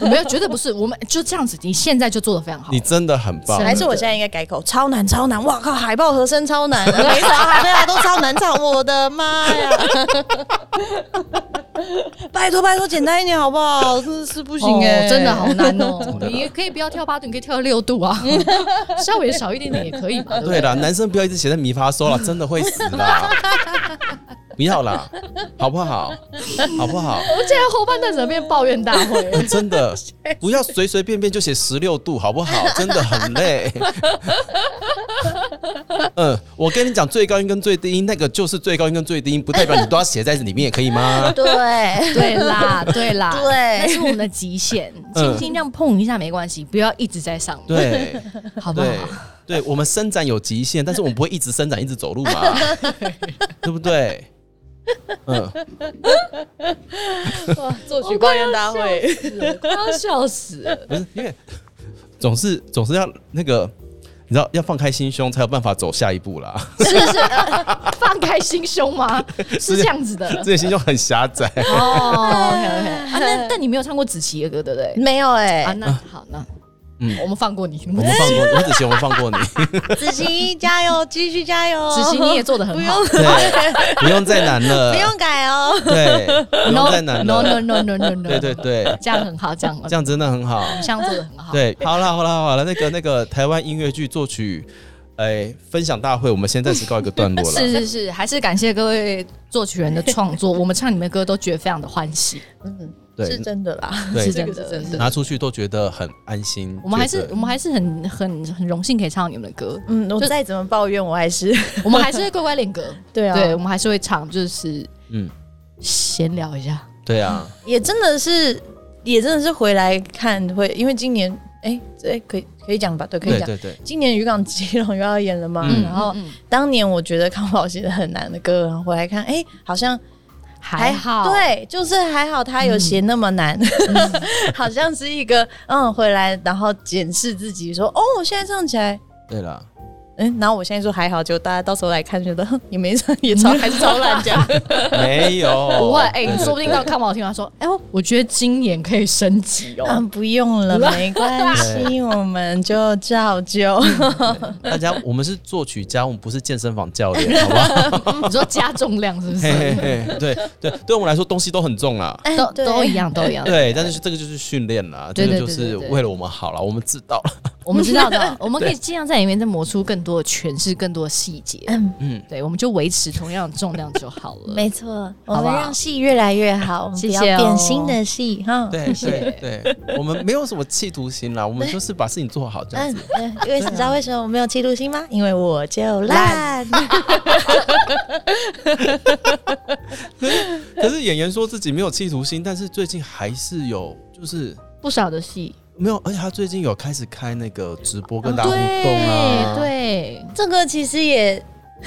[SPEAKER 1] 我没有，绝对不是，我们就这样子，你现在就做的非常好
[SPEAKER 2] 你。真的很棒
[SPEAKER 1] 真。的
[SPEAKER 3] 还是我现在应该改口，超难超难！哇靠，海报和声 超难，每一首海报都超难唱，我的妈呀！拜托拜托，简单一点好不好？真的是不行哎、
[SPEAKER 1] 哦，真的好难哦
[SPEAKER 2] 真！的啦
[SPEAKER 1] 你也可以不要跳八度，你可以跳六度 啊，稍微少一点点也可以嘛。不
[SPEAKER 2] 对啦，男生不要一直写在米发收了，真的会死 啦！不要啦，好不好？好不好？
[SPEAKER 1] 我们竟然后半段怎么变抱怨大会？
[SPEAKER 2] 哦真的不要随随便便就写十六度，好不好？真的很累。嗯，我跟你讲，最高音跟最低音那个就是最高音跟最低音，不代表你都要写在里面，可以吗？
[SPEAKER 3] 对，
[SPEAKER 1] 对啦，对啦，
[SPEAKER 3] 对
[SPEAKER 1] 那是我们的极限，
[SPEAKER 2] 嗯
[SPEAKER 1] 轻轻这样碰一下没关系，不要一直在上面，
[SPEAKER 2] 对
[SPEAKER 1] 好不好
[SPEAKER 2] 对？对，我们伸展有极限，但是我们不会一直伸展一直走路嘛，对不对？嗯，
[SPEAKER 3] 作曲抱怨大会，
[SPEAKER 1] 快要笑死 了！
[SPEAKER 2] 不是因为总是总是要那个，你知道要放开心胸才有办法走下一步啦。
[SPEAKER 1] 是是，呃放开心胸吗？是这样子 的
[SPEAKER 2] 自己的心胸很狭窄，
[SPEAKER 1] 哦。OK OK 啊，那但你没有唱过子琪的歌，对不对？
[SPEAKER 3] 没有哎、
[SPEAKER 1] 啊，那好，那
[SPEAKER 2] 嗯
[SPEAKER 1] 我们放过你，我
[SPEAKER 2] 我们放过，我子琪，我们放过你，
[SPEAKER 3] 子 琪加油，继续加油，
[SPEAKER 1] 子琪你也做的
[SPEAKER 3] 不
[SPEAKER 1] 很好
[SPEAKER 3] 用。
[SPEAKER 2] 对，不用再难了，
[SPEAKER 3] 不用改哦，
[SPEAKER 2] 对，不用再难
[SPEAKER 1] No
[SPEAKER 2] 了，
[SPEAKER 1] no no no no no，
[SPEAKER 2] 对对，对，
[SPEAKER 1] 这样很好，这样
[SPEAKER 2] 这样真的很好，
[SPEAKER 1] 这样做的很好。
[SPEAKER 2] 对，好了好了好了，那个那个台湾音乐剧作曲，哎，分享大会，我们先暂时告一个段落
[SPEAKER 1] 是
[SPEAKER 2] 了。
[SPEAKER 1] 是是，还是感谢各位作曲人的创作，我们唱你们的歌都觉得非常的欢喜，
[SPEAKER 3] 是
[SPEAKER 2] 对
[SPEAKER 3] 真的啦，
[SPEAKER 1] 是
[SPEAKER 2] 对，
[SPEAKER 1] 真
[SPEAKER 3] 这
[SPEAKER 1] 的
[SPEAKER 3] 个是真，的
[SPEAKER 2] 拿出去都觉得很安心。
[SPEAKER 1] 我们还是
[SPEAKER 2] 觉
[SPEAKER 1] 我
[SPEAKER 2] 得
[SPEAKER 1] 们还是很很很荣幸可以唱你们的歌，
[SPEAKER 3] 嗯，我
[SPEAKER 1] 就
[SPEAKER 3] 再怎么抱怨，我还是
[SPEAKER 1] 我们还是会乖乖练 歌，
[SPEAKER 3] 对啊，
[SPEAKER 1] 对，我们还是会唱，就是
[SPEAKER 2] 嗯，
[SPEAKER 1] 闲聊一下。
[SPEAKER 2] 对啊，
[SPEAKER 3] 也真的是，也真的是回来看会，因为今年
[SPEAKER 4] 哎，这可以可以讲吧？对，可以
[SPEAKER 2] 对
[SPEAKER 4] 讲。
[SPEAKER 2] 对对，
[SPEAKER 4] 今年渔港基隆又要演了嘛？
[SPEAKER 2] 嗯
[SPEAKER 4] 然后当年我觉得康宝写的很难的歌，然后回来看，哎，好像
[SPEAKER 1] 还好，，
[SPEAKER 4] 对，就是还好他有写那么难， 好像是一个嗯回来然后检视自己说，哦，我现在唱起来。
[SPEAKER 2] 对啦，
[SPEAKER 4] 嗯，然后我现在说还好，就大家到时候来看，觉得哼也没唱，也超还是超烂这样。
[SPEAKER 2] 没有，
[SPEAKER 1] 不会，哎、说不定到看不好听，他说，哎、呦，我觉得今年可以升 级哦。
[SPEAKER 4] 嗯，不用了，没关系，我们就照旧。
[SPEAKER 2] 大家我们是作曲家，我们不是健身房教练，好不好？
[SPEAKER 1] 你说加重量 是不
[SPEAKER 2] 嘿
[SPEAKER 1] 是？
[SPEAKER 2] 嘿嘿对对，对我们来说东西都很重啦。
[SPEAKER 4] 哎
[SPEAKER 1] 都
[SPEAKER 4] 对
[SPEAKER 1] 都一样，都一样。
[SPEAKER 2] 对，但是这个就是训练啦，
[SPEAKER 1] 对
[SPEAKER 2] 这个
[SPEAKER 1] 对
[SPEAKER 2] 就
[SPEAKER 1] 对
[SPEAKER 2] 是
[SPEAKER 1] 对对
[SPEAKER 2] 为了我们好了，我们知道了。
[SPEAKER 1] 我们知道 的，我们可以尽量在里面再磨出更多的诠释，更多的细节。
[SPEAKER 2] 嗯，
[SPEAKER 1] 对，我们就维持同样的重量就好了。
[SPEAKER 4] 没错，我
[SPEAKER 1] 好不
[SPEAKER 4] 们
[SPEAKER 1] 好
[SPEAKER 4] 让戏越来越好，我们不
[SPEAKER 1] 谢
[SPEAKER 4] 要
[SPEAKER 1] 谢哦
[SPEAKER 4] 变新的戏哈。嗯
[SPEAKER 2] 对对对，我们没有什么企图 心啦，我们就是把事情做好这样
[SPEAKER 4] 嗯
[SPEAKER 2] 子。，
[SPEAKER 4] 嗯因为你知道为什么我没有嫉妒心吗？因为我就烂。
[SPEAKER 1] 嗯
[SPEAKER 2] 可是演员说自己没有企图心，但是最近还是有，就是
[SPEAKER 1] 不少的戏，
[SPEAKER 2] 没有，而且他最近有开始开那个直播跟大家互动
[SPEAKER 1] 哦对
[SPEAKER 2] 啊，
[SPEAKER 1] 对，
[SPEAKER 4] 这个其实也，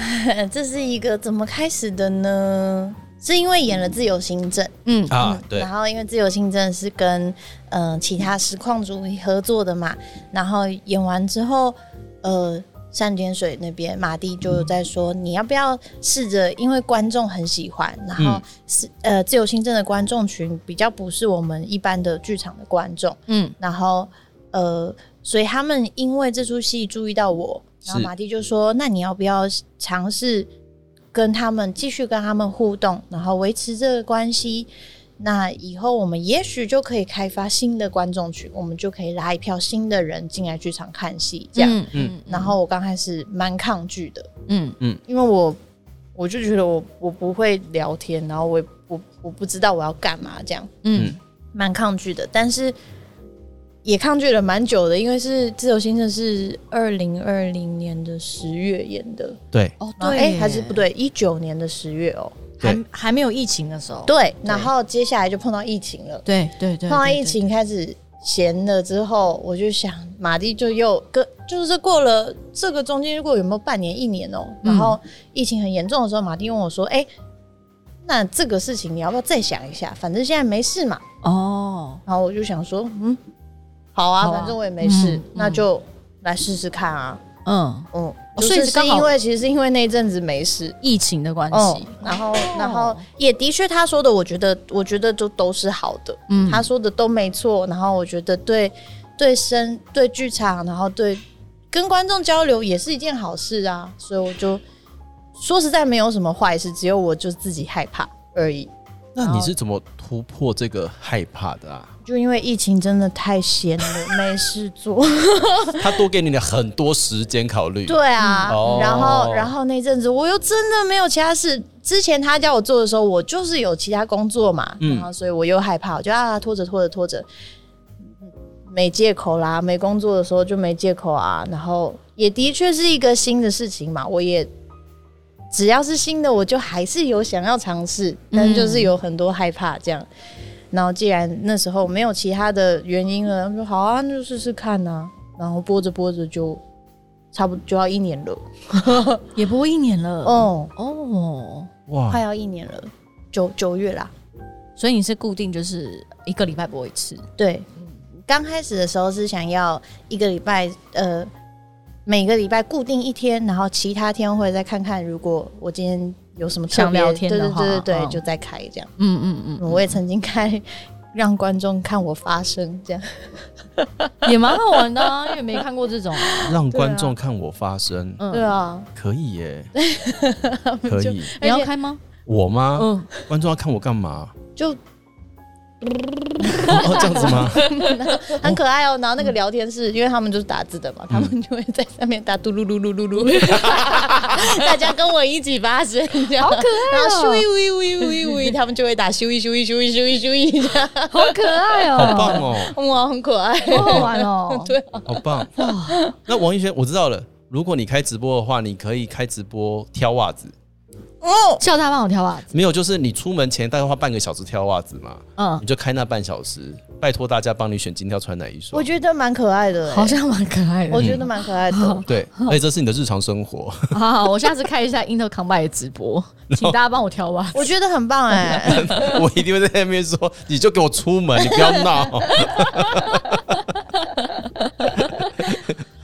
[SPEAKER 4] 这是一个怎么开始的呢？
[SPEAKER 3] 是因为演了《自由新政》
[SPEAKER 1] 嗯，
[SPEAKER 2] 啊，对
[SPEAKER 3] 然，后因为《自由新政》是跟嗯、呃其他实况组合作的嘛，然后演完之后，呃，山点水那边马蒂就有在说，你要不要试着，因为观众很喜欢，然后
[SPEAKER 2] 嗯
[SPEAKER 3] 是、呃自由新政的观众群比较不是我们一般的剧场的观众，
[SPEAKER 1] 嗯，
[SPEAKER 3] 然后呃，所以他们因为这出戏注意到我，然后
[SPEAKER 2] 是
[SPEAKER 3] 马蒂就说：“那你要不要尝试跟他们继续跟他们互动，然后维持这个关系？那以后我们也许就可以开发新的观众群，我们就可以拉一票新的人进来剧场看戏，这样。
[SPEAKER 1] 嗯
[SPEAKER 2] 嗯
[SPEAKER 3] 然后我刚开始蛮抗拒的，
[SPEAKER 1] 嗯，
[SPEAKER 3] 因为我我就觉得我我不会聊天，然后我也我我不知道我要干嘛这样。
[SPEAKER 1] 嗯
[SPEAKER 3] 蛮抗拒的，但是也抗拒了蛮久的，因为是《自由新政》是二零二零年的十月演的，
[SPEAKER 2] 对，
[SPEAKER 1] 哦
[SPEAKER 3] 然后
[SPEAKER 1] 对
[SPEAKER 3] 哎、
[SPEAKER 1] 耶，
[SPEAKER 3] 还是不对，一九年的十月哦，
[SPEAKER 1] 还还没有疫情的时候，
[SPEAKER 3] 对，然后接下来就碰到疫情了，
[SPEAKER 1] 对对哦对，
[SPEAKER 3] 碰到
[SPEAKER 1] 对
[SPEAKER 3] 疫，情开始闲了之后，我就想马蒂就又跟就是过了这个中间，如果有没有半年一年哦、
[SPEAKER 1] 嗯
[SPEAKER 3] 然后疫情很严重的时候，马蒂问我说：“哎、那这个事情你要不要再想一下？反正现在没事嘛。”
[SPEAKER 1] 对哦，
[SPEAKER 3] 然后我就想说，嗯，好啊，
[SPEAKER 1] 好啊
[SPEAKER 3] 反正我也没事，
[SPEAKER 1] 嗯
[SPEAKER 3] 那就来试试看啊。
[SPEAKER 1] 嗯，
[SPEAKER 3] 嗯，
[SPEAKER 1] 哦
[SPEAKER 3] 所
[SPEAKER 1] 所以
[SPEAKER 3] 以
[SPEAKER 1] 是
[SPEAKER 3] 是
[SPEAKER 1] 刚好
[SPEAKER 3] 因为其实是因为那一阵子没事。
[SPEAKER 1] 疫情的关
[SPEAKER 3] 哦
[SPEAKER 1] 系，，
[SPEAKER 3] 然后，然后也的确，他说的，我觉得，我觉得就都是好的，
[SPEAKER 1] 嗯
[SPEAKER 3] 他说的都没错。然后我觉得对，对生，对剧场，然后对跟观众交流也是一件好事啊。所以我就说实在没有什么坏事，只有我就自己害怕而已。
[SPEAKER 1] 哦
[SPEAKER 2] 那你是怎么突破这个害怕的啊？
[SPEAKER 3] 就因为疫情真的太闲了，没事做。
[SPEAKER 2] 他多给你了很多时间考虑，
[SPEAKER 3] 对啊，
[SPEAKER 2] 嗯哦
[SPEAKER 3] 然后然后那阵子我又真的没有其他事。之前他叫我做的时候，我就是有其他工作嘛，
[SPEAKER 2] 嗯
[SPEAKER 3] 然后所以我又害怕，我就啊拖着拖着拖着，没借口啦，没工作的时候就没借口啊。然后也的确是一个新的事情嘛，我也只要是新的，我就还是有想要尝试，但就是有很多害怕这样。然后既然那时候没有其他的原因了，我说好啊，那就试试看啊。然后播着播着就差不多就要一年了，
[SPEAKER 1] 也播一年了，
[SPEAKER 3] 哦，
[SPEAKER 1] 哦，
[SPEAKER 2] 哇
[SPEAKER 3] 快，要一年了，九九月啦。
[SPEAKER 1] 所以你是固定就是一个礼拜播一次，
[SPEAKER 3] 对，刚开始的时候是想要一个礼拜，呃，每个礼拜固定一天，然后其他天会再看看，如果我今天有什么特别
[SPEAKER 1] 想聊天
[SPEAKER 3] 对
[SPEAKER 1] 的
[SPEAKER 3] 对
[SPEAKER 1] 话
[SPEAKER 3] 对对对，
[SPEAKER 1] 嗯
[SPEAKER 3] 就再开这样。
[SPEAKER 1] 嗯嗯
[SPEAKER 3] 我也曾经开。让观众看我发声，这样
[SPEAKER 1] 嗯，也蛮好玩的啊，因为没看过这种啊，
[SPEAKER 2] 让观众看我发声，
[SPEAKER 1] 嗯
[SPEAKER 3] 对，啊，
[SPEAKER 2] 可以耶， 可以，
[SPEAKER 1] 你要开吗？
[SPEAKER 2] 我吗？
[SPEAKER 1] 嗯，
[SPEAKER 2] 观众要看我干嘛？
[SPEAKER 3] 就
[SPEAKER 2] 哦哦，这样子 吗？
[SPEAKER 3] 很可爱哦、然后那个
[SPEAKER 1] 嗯
[SPEAKER 3] 聊天室，因为他们就是打字的嘛，他们就会在上面打嘟噜噜噜 噜噜， 大家跟我一起发声，这样
[SPEAKER 1] 好可爱
[SPEAKER 3] 然后咻
[SPEAKER 1] 哦
[SPEAKER 3] 一咻一咻 一咻一，他们就会打咻一咻一咻一咻一咻一，这样
[SPEAKER 1] 好可爱
[SPEAKER 2] 好
[SPEAKER 1] 哦，
[SPEAKER 2] 棒哦，
[SPEAKER 3] 哇，很可爱。
[SPEAKER 1] 好好玩哦，对，
[SPEAKER 2] 好棒！那王一轩，我知道了。如果你开直播的话，你可以开直播挑袜子，
[SPEAKER 5] 哦，
[SPEAKER 1] 叫他帮我挑袜子。
[SPEAKER 2] 没有，就是你出门前大概花半个小时挑袜子嘛，
[SPEAKER 1] 嗯，
[SPEAKER 2] 你就开那半小时，拜托大家帮你选今天要穿哪一双
[SPEAKER 3] 我。觉得蛮可爱的、欸，
[SPEAKER 1] 好像蛮可爱
[SPEAKER 3] 我
[SPEAKER 1] 的。
[SPEAKER 3] 觉得嗯蛮可爱的。
[SPEAKER 2] 对，而且这是你的日常生活。
[SPEAKER 1] 好，我下次看一下 Intel Combine 的直 播，请大家帮我挑袜子。
[SPEAKER 3] 我觉得很棒哎、
[SPEAKER 2] 我一定会在那边说，你就给我出门，你不要 闹。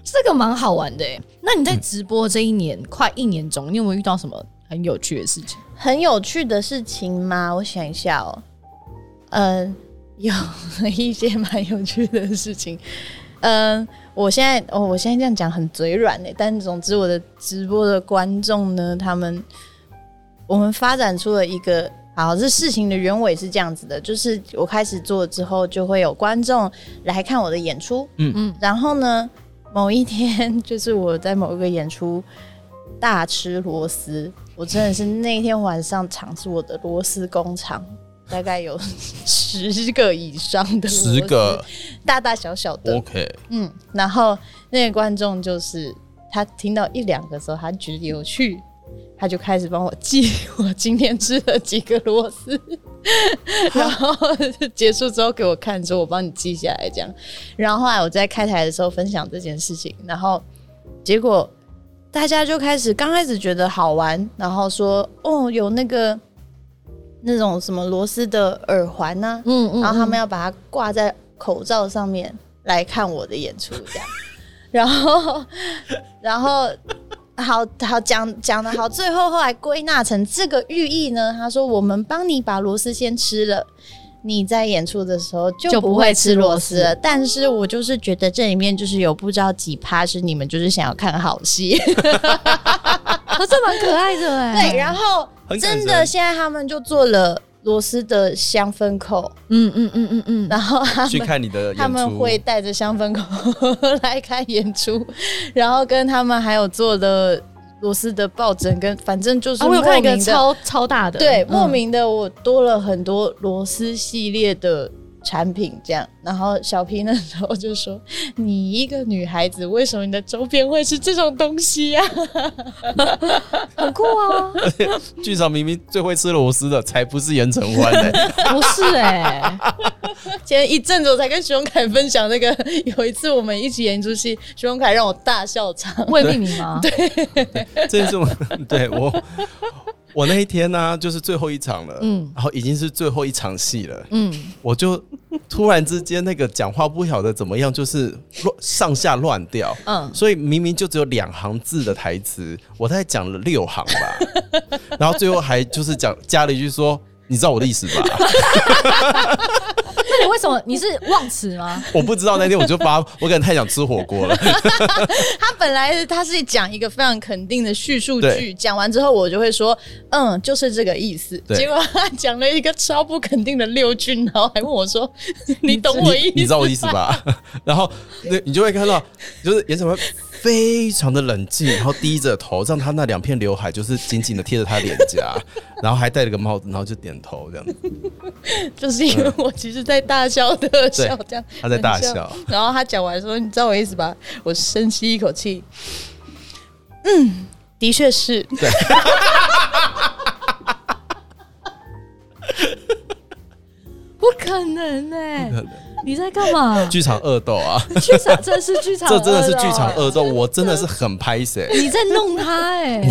[SPEAKER 1] 这个蛮好玩的欸。那你在直播这一年快一年中，你有没有遇到什么很有趣的事情？
[SPEAKER 3] 很有趣的事情吗？我想一下哦，嗯、有 一些蛮有趣的事情。嗯，我现在哦，我现在这样讲很嘴软呢，但总之我的直播的观众呢，他们我们发展出了一个。好，这事情的原委是这样子的，就是我开始做之后，就会有观众来看我的演出，
[SPEAKER 2] 嗯
[SPEAKER 1] 嗯
[SPEAKER 3] 嗯，然后呢，某一天就是我在某一个演出大吃螺丝，我真的是那天晚上尝试我的螺丝工厂，大概有十个以上的螺丝
[SPEAKER 2] 十个
[SPEAKER 3] 大大小小的，
[SPEAKER 2] OK，
[SPEAKER 3] 嗯，然后那个观众就是他听到一两个时候，他觉得有趣，他就开始帮我记我今天吃了几个螺丝，然后结束之后给我看，说我帮你记下来这样。然后后来我在开台的时候分享这件事情，然后结果大家就开始刚开始觉得好玩，然后说哦有那个那种什么螺丝的耳环啊呐、
[SPEAKER 1] 嗯嗯
[SPEAKER 3] 然后他们要把它挂在口罩上面来看我的演出， 这样。然后，然后，好好讲讲的好，最后后来归纳成这个寓意呢，他说我们帮你把螺丝先吃了。你在演出的时候
[SPEAKER 1] 就
[SPEAKER 3] 就
[SPEAKER 1] 不
[SPEAKER 3] 不
[SPEAKER 1] 会
[SPEAKER 3] 会
[SPEAKER 1] 吃
[SPEAKER 3] 吃
[SPEAKER 1] 螺
[SPEAKER 3] 螺
[SPEAKER 1] 丝
[SPEAKER 3] 丝了，但是我就是觉得这里面就是有不知道几趴是你们就是想要看好 戏，
[SPEAKER 1] 啊，这蛮可爱的 哎。
[SPEAKER 3] 对，然后
[SPEAKER 2] 很感
[SPEAKER 3] 真
[SPEAKER 2] 人
[SPEAKER 3] 的现在他们就做了螺丝的香氛扣，
[SPEAKER 1] 嗯嗯嗯嗯嗯，
[SPEAKER 3] 然后他
[SPEAKER 2] 去
[SPEAKER 3] 们
[SPEAKER 2] 看你的演出。
[SPEAKER 3] 他们会带着香氛口 来看演出，然后跟他们还有做的螺丝的抱枕，跟反正就是
[SPEAKER 1] 啊，我有看一
[SPEAKER 3] 莫
[SPEAKER 1] 个
[SPEAKER 3] 名的
[SPEAKER 1] 超超大的，
[SPEAKER 3] 对，
[SPEAKER 1] 嗯
[SPEAKER 3] 莫名的我多了很多螺丝系列的产品，这样。然后小 P 那时候就说：“你一个女孩子，为什么你的周边会是这种东西啊 呀、
[SPEAKER 1] 很酷啊，
[SPEAKER 2] 剧场明明最会吃螺丝的，才不是严承欢呢、
[SPEAKER 1] 不是哎，
[SPEAKER 3] 前一阵子我才跟徐荣凯分享那个，有一次我们一起演出戏，徐荣凯让我大笑场。
[SPEAKER 1] 未命名吗？对，
[SPEAKER 2] 这是我对我我那一天呢、就是最后一场了，
[SPEAKER 1] 嗯
[SPEAKER 2] 然后已经是最后一场戏了，
[SPEAKER 1] 嗯，
[SPEAKER 2] 我就突然之间那个讲话不晓得怎么样，就是乱上下乱掉，
[SPEAKER 1] 嗯
[SPEAKER 2] 所以明明就只有两行字的台词，我大概讲了六行吧， 然后最后还就是讲加了一句说。你知道我的意思吧？
[SPEAKER 1] 那你为什么你是忘词吗？
[SPEAKER 2] 我不知道那天我就发，我可能太想吃火锅了。
[SPEAKER 3] 他本来他是讲一个非常肯定的叙述
[SPEAKER 2] 对
[SPEAKER 3] 句，讲完之后我就会说，嗯，就是这个意思。
[SPEAKER 2] 对
[SPEAKER 3] 结果他讲了一个超不肯定的六句，然后还问我说，你懂 我
[SPEAKER 2] 你
[SPEAKER 3] 意
[SPEAKER 2] 你知
[SPEAKER 3] 思？
[SPEAKER 2] 道我的意思吧？ 然后那你就会看到，就是严承欢非常的冷静，然后低着头，让他那两片刘海就是紧紧的贴着他脸颊，然后还戴了个帽子，然后就点头这样子。
[SPEAKER 3] 就是因为我其实在大笑的笑，这样
[SPEAKER 2] 嗯他在大笑
[SPEAKER 3] 很 然后他讲完说，你知道我意思吧？我深吸一口气，嗯，的确是。
[SPEAKER 1] 不可能哎，你在干嘛？
[SPEAKER 2] 剧场恶斗啊，
[SPEAKER 1] 剧场，这是剧场，哦
[SPEAKER 2] 这真的是剧场，恶斗，我真的是很拍谁、
[SPEAKER 1] 你在弄他哎，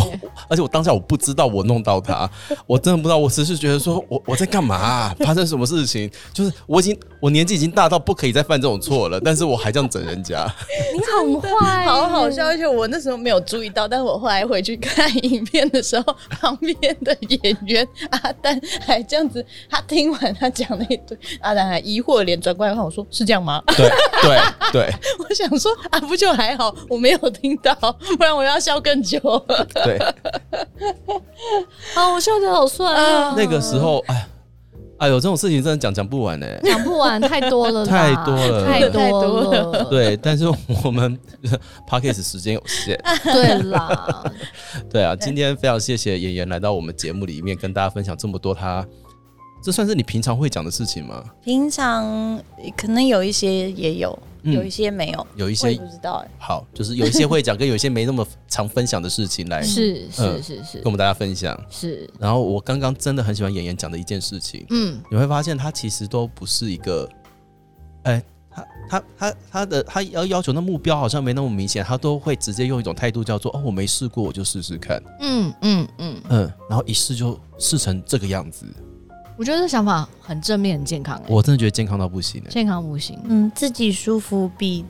[SPEAKER 2] 而且我当下我不知道我弄到他，我真的不知道，我只是觉得说我我在干嘛啊、发生什么事情？就是我已经我年纪已经大到不可以再犯这种错了，但是我还这样整人家。
[SPEAKER 1] 你很坏，
[SPEAKER 3] 好好笑，而且我那时候没有注意到，但我后来回去看影片的时候，旁边的演员阿丹还这样子，他听完他讲那一堆，阿丹还疑惑的脸转过来看我说：“是这样吗
[SPEAKER 2] 对对对？”
[SPEAKER 3] 我想说啊，不就还好，我没有听到，不然我要笑更久。
[SPEAKER 2] 对，
[SPEAKER 1] 啊，我笑得好酸啊，
[SPEAKER 2] 那个时候，哎，哎呦，这种事情真的讲讲不完呢、欸
[SPEAKER 1] 讲不完，太多了啦，
[SPEAKER 2] 太多了
[SPEAKER 1] 太
[SPEAKER 3] 太
[SPEAKER 1] 多
[SPEAKER 3] 多
[SPEAKER 1] 了，
[SPEAKER 2] 对，但是我们 p o d c a s t 时间有限，
[SPEAKER 1] 对啦，
[SPEAKER 2] 对啊，今天非常谢谢妍妍来到我们节目里面跟大家分享这么多她这算是你平常会讲的事情吗？
[SPEAKER 3] 平常呃可能有一些也有，
[SPEAKER 2] 嗯
[SPEAKER 3] 有一些没有，
[SPEAKER 2] 有一
[SPEAKER 3] 我也
[SPEAKER 2] 些
[SPEAKER 3] 不知道哎、
[SPEAKER 2] 好，就是有一些会讲，跟有一些没那么常分享的事情来
[SPEAKER 1] 是是
[SPEAKER 2] 嗯
[SPEAKER 1] 是是
[SPEAKER 2] 跟我们大家分享。
[SPEAKER 1] 是，
[SPEAKER 2] 然后我刚刚真的很喜欢妍妍讲的一件事情，
[SPEAKER 1] 嗯，
[SPEAKER 2] 你会发现她其实都不是一个，哎、她她她她的她要要求的目标好像没那么明显，她都会直接用一种态度叫做哦，我没试过，我就试试看，
[SPEAKER 1] 嗯嗯嗯，
[SPEAKER 2] 嗯，然后一试就试成这个样子，
[SPEAKER 1] 我觉得这想法很正面、很健康、欸，
[SPEAKER 2] 我真的觉得健康到不行哎、
[SPEAKER 1] 健康无形。
[SPEAKER 3] 嗯，自己舒服比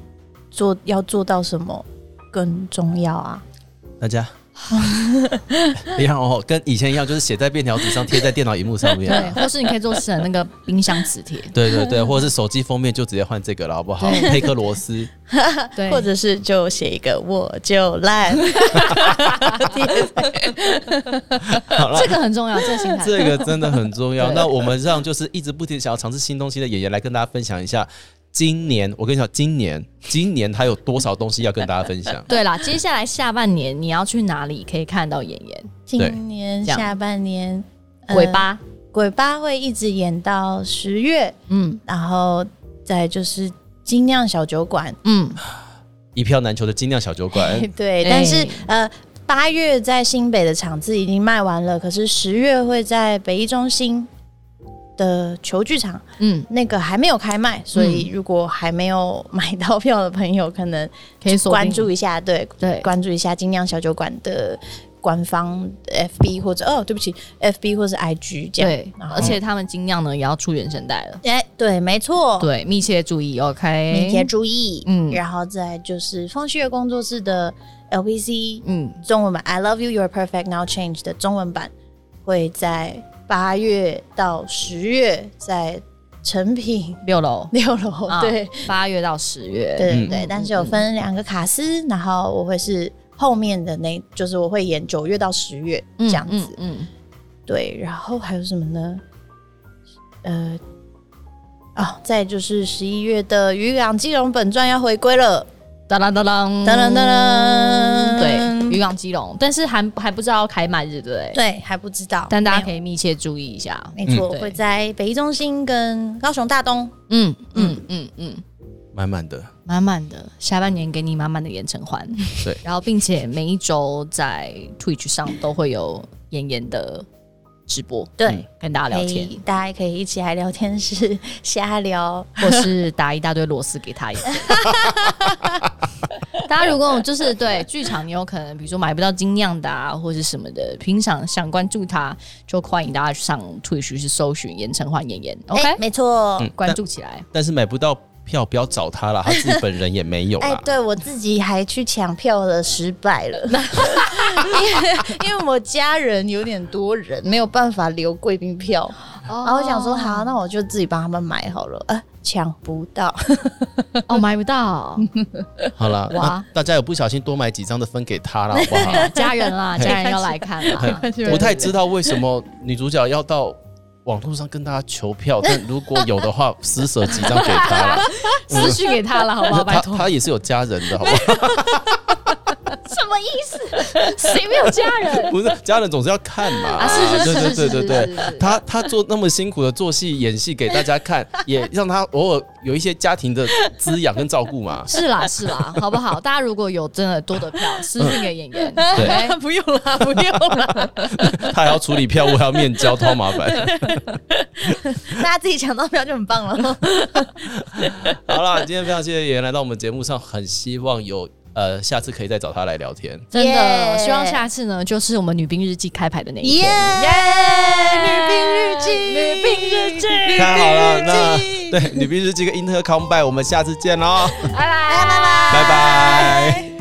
[SPEAKER 3] 做要做到什么更重要啊。
[SPEAKER 2] 大家。一样哦，跟以前一样，就是写在便条纸上，贴在电脑荧幕上面
[SPEAKER 1] 对，
[SPEAKER 2] 啊。
[SPEAKER 1] 或是你可以做成那个冰箱磁铁，
[SPEAKER 2] 对对对，或者是手机封面就直接换这个了，好不好？
[SPEAKER 1] 对
[SPEAKER 2] 配颗螺丝，
[SPEAKER 1] 对，
[SPEAKER 3] 或者是就写一个我就 烂，
[SPEAKER 2] 好了
[SPEAKER 1] 这，个很重要，这个 心态。
[SPEAKER 2] 这个真的很重要。
[SPEAKER 1] 对？
[SPEAKER 2] 那我们让就是一直不停地想要尝试新东西的演员来跟大家分享一下，今年我跟你讲，今年今年他有多少东西要跟大家分享
[SPEAKER 1] 对啦，接下来下半年你要去哪里可以看到妍妍？
[SPEAKER 2] 对
[SPEAKER 3] 今年下半年呃
[SPEAKER 1] 尾巴，
[SPEAKER 3] 鬼巴会一直演到十月，
[SPEAKER 1] 嗯
[SPEAKER 3] 然后再就是精酿小酒馆，
[SPEAKER 1] 嗯，
[SPEAKER 2] 一票难求的精酿小酒馆
[SPEAKER 3] 对，
[SPEAKER 1] 哎
[SPEAKER 3] 但是呃。八月在新北的场次已经卖完了，可是十月会在北一中心的球剧场，
[SPEAKER 1] 嗯，
[SPEAKER 3] 那个还没有开卖，所以如果还没有买到票的朋友，可能
[SPEAKER 1] 可以锁定
[SPEAKER 3] 关注一下，对，
[SPEAKER 1] 对
[SPEAKER 3] 关注一下精酿小酒馆的官方 FB 或者哦，对不起，FB 或是 IG 这样。
[SPEAKER 1] 对，
[SPEAKER 3] 然后
[SPEAKER 1] 而且他们精酿呢也要出原声带了，
[SPEAKER 3] 哎，对，没错，
[SPEAKER 1] 对，密切注意，OK，
[SPEAKER 3] 密切注意。
[SPEAKER 1] 嗯
[SPEAKER 3] 嗯，然后再就是风旭月工作室的 LPC
[SPEAKER 1] 嗯，
[SPEAKER 3] 中文版《I Love You You're Perfect Now Change》的中文版会在八月到十月在成品
[SPEAKER 1] 六楼，
[SPEAKER 3] 六楼，
[SPEAKER 1] 啊
[SPEAKER 3] 对，，
[SPEAKER 1] 八月到十月，
[SPEAKER 3] 对对
[SPEAKER 2] 嗯
[SPEAKER 1] 嗯
[SPEAKER 3] 对，但是有
[SPEAKER 1] 嗯
[SPEAKER 3] 分两个卡司，然后我会是后面的那，就是我会演九月到十月这
[SPEAKER 1] 嗯
[SPEAKER 3] 样子。
[SPEAKER 1] 嗯嗯，
[SPEAKER 3] 对，然后还有什么呢？呃，哦，再就是十一月的《渔港基隆本传》要回归了，
[SPEAKER 1] 当当当当
[SPEAKER 3] 噔噔噔噔，
[SPEAKER 1] 对，渔港基隆，但是还还不知道开卖日，对不对？
[SPEAKER 3] 对，还不知道，
[SPEAKER 1] 但大家可
[SPEAKER 3] 以。
[SPEAKER 1] 以密切注意一下。
[SPEAKER 3] 没错，
[SPEAKER 1] 嗯对
[SPEAKER 3] 会在北一中心跟高雄大东。
[SPEAKER 1] 嗯嗯嗯嗯，
[SPEAKER 2] 满满的，
[SPEAKER 1] 满满的下半年给你满满的盐城环。
[SPEAKER 2] 对
[SPEAKER 1] 然后并且每一周在 Twitch 上都会有妍妍的直播，嗯
[SPEAKER 3] 对，
[SPEAKER 1] 跟大家聊天
[SPEAKER 3] 可，以大家可以一起来聊天室 瞎聊。
[SPEAKER 1] 或是打一大堆螺丝给他也 可以。大家如果就是对剧场，你有可能比如说买不到精酿的啊，或是什么的，平常想关注他，就欢迎大家上 Twitch 去搜寻盐城环妍妍，OK，、
[SPEAKER 3] 哎没错，
[SPEAKER 2] 嗯，
[SPEAKER 1] 关
[SPEAKER 2] 但
[SPEAKER 1] 注起来。
[SPEAKER 2] 但是买不到票不要找他啦，他自己本人也没有
[SPEAKER 3] 哎、
[SPEAKER 2] 啦。
[SPEAKER 3] 对我自己还去抢票了，失败了， 因为因为我家人有点多人，没有办法留贵宾票。
[SPEAKER 1] 然
[SPEAKER 3] 然哦后我想说，好，那我就自己帮他们买好了。呃，抢不到，
[SPEAKER 1] 哦，买不到，
[SPEAKER 2] 好啦，
[SPEAKER 1] 哇
[SPEAKER 2] 那大家有不小心多买几张的分给他啦，好不好？
[SPEAKER 1] 家人啦，
[SPEAKER 2] 嘿
[SPEAKER 1] 家人要来看 啦。
[SPEAKER 2] 不太知道为什么女主角要到网络上跟大家求票，但如果有的话，施舍几张给他啦。
[SPEAKER 1] 私讯给他了，好不好？拜
[SPEAKER 2] 他
[SPEAKER 1] 托，
[SPEAKER 2] 他也是有家人的，好不好？
[SPEAKER 1] 什么意思？谁没有家人
[SPEAKER 2] 不是家人总是要看嘛，
[SPEAKER 1] 啊？是是是
[SPEAKER 2] 对
[SPEAKER 1] 是是
[SPEAKER 2] 对对对对。
[SPEAKER 1] 是，
[SPEAKER 2] 他他做那么辛苦的做戏、演戏给大家看，也让他偶尔有一些家庭的滋养跟照 顾嘛。
[SPEAKER 1] 是啦是啦，好不好？大家如果有真的多的票，私讯给演员。OK，
[SPEAKER 4] 不用啦，不用啦。
[SPEAKER 2] 他还要处理票务，还要面交，超 麻烦。
[SPEAKER 3] 大家自己抢到票就很棒了。
[SPEAKER 2] 好啦，今天非常谢谢演员来到我们节目上，很希望有呃下次可以再找他来聊天。
[SPEAKER 1] 真的，
[SPEAKER 3] 耶
[SPEAKER 1] 希望下次呢，就是我们女兵日记开牌的那一
[SPEAKER 3] 耶
[SPEAKER 1] 天。
[SPEAKER 3] 女兵日记，
[SPEAKER 1] 女兵日记
[SPEAKER 2] 太好了，那哦 对女兵日记跟 Intercom by，我们下次见喽，
[SPEAKER 1] 拜拜拜拜。
[SPEAKER 2] 拜拜。